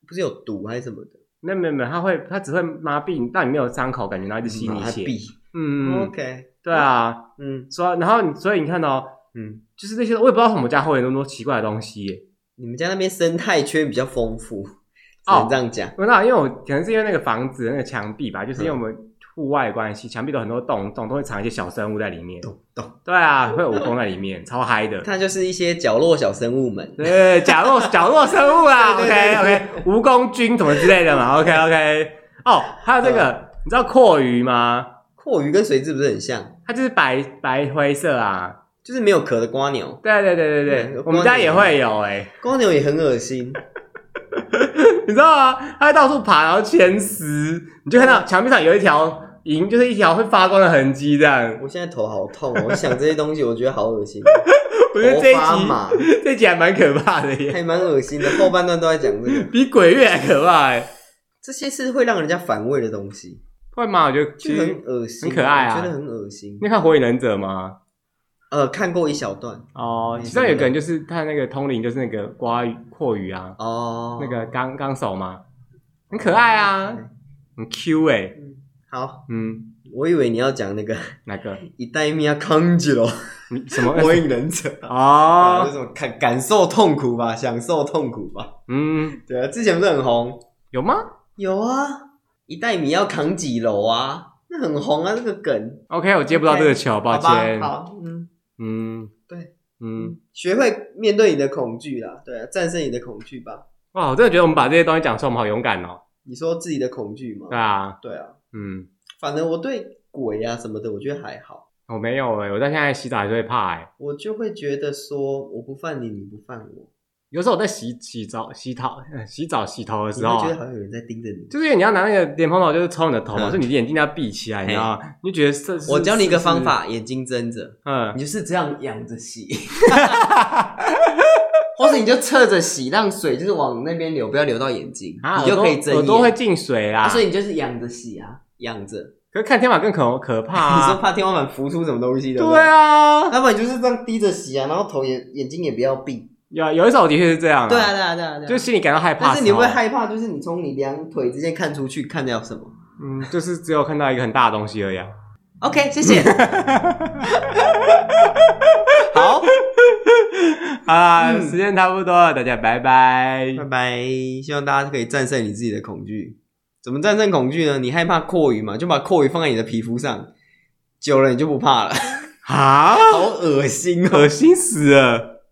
Speaker 1: 不是有毒还是什么的？
Speaker 2: 没有没有没有，他会他只会麻痹你，但你没有伤口，感觉然后一直吸你
Speaker 1: 嗯麻
Speaker 2: 血。
Speaker 1: 痹
Speaker 2: 嗯，
Speaker 1: ，OK，
Speaker 2: 对啊，
Speaker 1: 嗯
Speaker 2: 所以然后你所以你看哦，
Speaker 1: 嗯，
Speaker 2: 就是那些我也不知道为什么我家会有那么多奇怪的东西耶。
Speaker 1: 你们家那边生态圈比较丰富，只
Speaker 2: 哦
Speaker 1: 能这样讲，
Speaker 2: 我那因为我可能是因为那个房子的那个墙壁吧，就是因为我们户外的关系，墙壁都有很多洞，洞都会藏一些小生物在里面。
Speaker 1: 懂懂，
Speaker 2: 对啊，会有蜈蚣在里面，超嗨的。
Speaker 1: 它就是一些角落小生物们，
Speaker 2: 对，角落角落生物啦
Speaker 1: 对对
Speaker 2: ，OK
Speaker 1: 对
Speaker 2: OK，蜈蚣菌什么之类的嘛，OK OK。哦，还有这
Speaker 1: 嗯
Speaker 2: 个，你知道阔鱼吗？
Speaker 1: 阔鱼跟水蛭不是很像，
Speaker 2: 它就是白白灰色啊。
Speaker 1: 就是没有壳的瓜牛，
Speaker 2: 对对对对对
Speaker 1: 嗯，
Speaker 2: 我们家也会有哎、
Speaker 1: 瓜牛也很恶心，
Speaker 2: 你知道吗？它会到处爬，然后牵丝，你就看
Speaker 1: 哦
Speaker 2: 到墙壁上有一条银，就是一条会发光的痕迹这样。
Speaker 1: 我现在头好痛哦，我想这些东西我觉得好恶心，
Speaker 2: 我觉得这一
Speaker 1: 头发麻
Speaker 2: 集 这一集还蛮可怕的耶，
Speaker 1: 还蛮恶心的，后半段都在讲这个，
Speaker 2: 比鬼月还可怕哎。
Speaker 1: 这些是会让人家反胃的东西，
Speaker 2: 会吗？我觉得
Speaker 1: 就
Speaker 2: 其
Speaker 1: 很
Speaker 2: 实
Speaker 1: 恶心，
Speaker 2: 很可爱啊
Speaker 1: 我觉得很恶心，
Speaker 2: 你看《火影忍者》吗？
Speaker 1: 呃，看过一小段
Speaker 2: 哦，
Speaker 1: 嗯
Speaker 2: 其中有一个人就是他那个通灵，就是那个瓜鱼阔鱼啊，
Speaker 1: 哦，
Speaker 2: 那个钢钢手嘛，很可爱啊，很 Q 哎、
Speaker 1: 好。
Speaker 2: 嗯，
Speaker 1: 我以为你要讲那个
Speaker 2: 哪个？
Speaker 1: 一代米亚康吉 罗《
Speaker 2: 你什么？
Speaker 1: 火影忍者》啊，就
Speaker 2: 哦
Speaker 1: 是，什么感感受痛苦吧，享受痛苦吧。
Speaker 2: 嗯，
Speaker 1: 对啊，之前不是很红？
Speaker 2: 有吗
Speaker 1: 有啊，一代米要扛几楼啊？那很红啊，这个梗。
Speaker 2: ？OK，我接不到这个球，抱
Speaker 1: 好吧
Speaker 2: 歉。
Speaker 1: 好，嗯，
Speaker 2: 嗯，
Speaker 1: 对，
Speaker 2: 嗯，
Speaker 1: 学会面对你的恐惧啦，对啊，战胜你的恐惧吧。
Speaker 2: 哇，哦我真的觉得我们把这些东西讲出来，我们好勇敢哦。
Speaker 1: 你说自己的恐惧吗
Speaker 2: 对？啊，
Speaker 1: 对啊，
Speaker 2: 嗯，
Speaker 1: 反正我对鬼啊什么的，我觉得还好。
Speaker 2: 我没有哎、我到现在洗澡还是会怕哎、
Speaker 1: 我就会觉得说，我不犯你，你不犯我，
Speaker 2: 有时候我在洗洗澡、洗头、洗澡、洗头的
Speaker 1: 你
Speaker 2: 时候
Speaker 1: 会觉
Speaker 2: 啊、
Speaker 1: 得好像有人在盯着你。
Speaker 2: 就是因为你要拿那个莲蓬头，就是抽你的头嘛，
Speaker 1: 嗯
Speaker 2: 所以你眼睛要闭起来，你知道吗？你就觉得这是
Speaker 1: 我教你一个方，法，眼睛睁着，
Speaker 2: 是嗯
Speaker 1: 你，就是这样仰着洗， 或者你就侧着洗，让水就是往那边流，不要流到眼睛，
Speaker 2: 啊，
Speaker 1: 你就可以
Speaker 2: 耳
Speaker 1: 睁
Speaker 2: 朵会
Speaker 1: 眼。
Speaker 2: 进水啦，
Speaker 1: 啊所以你就是仰着洗啊，仰着。
Speaker 2: 可是看天马更可可怕
Speaker 1: 你说
Speaker 2: 啊，
Speaker 1: 怕天花板浮出什么东西的？
Speaker 2: 对。啊，
Speaker 1: 要不然你就是这样低着洗啊，然后头眼眼睛也不要闭。
Speaker 2: 有有一首的确是这样，
Speaker 1: 对啊，，对啊，对啊，对啊。
Speaker 2: 就心里感到害怕，
Speaker 1: 但是你会不会，害怕，哦就是你从你两腿之间看出去，看到什么
Speaker 2: 嗯，就是只有看到一个很大的东西而已啊。
Speaker 1: ？OK，谢谢。好，
Speaker 2: 啊，
Speaker 1: 嗯
Speaker 2: 时间差不多了，大家拜拜
Speaker 1: 拜。拜！希望大家可以战胜你自己的恐惧。怎么战胜恐惧呢？你害怕阔鱼嘛，就把阔鱼放在你的皮肤上，久了你就不怕了。
Speaker 2: 啊，
Speaker 1: 好恶心哦！
Speaker 2: 恶心死了。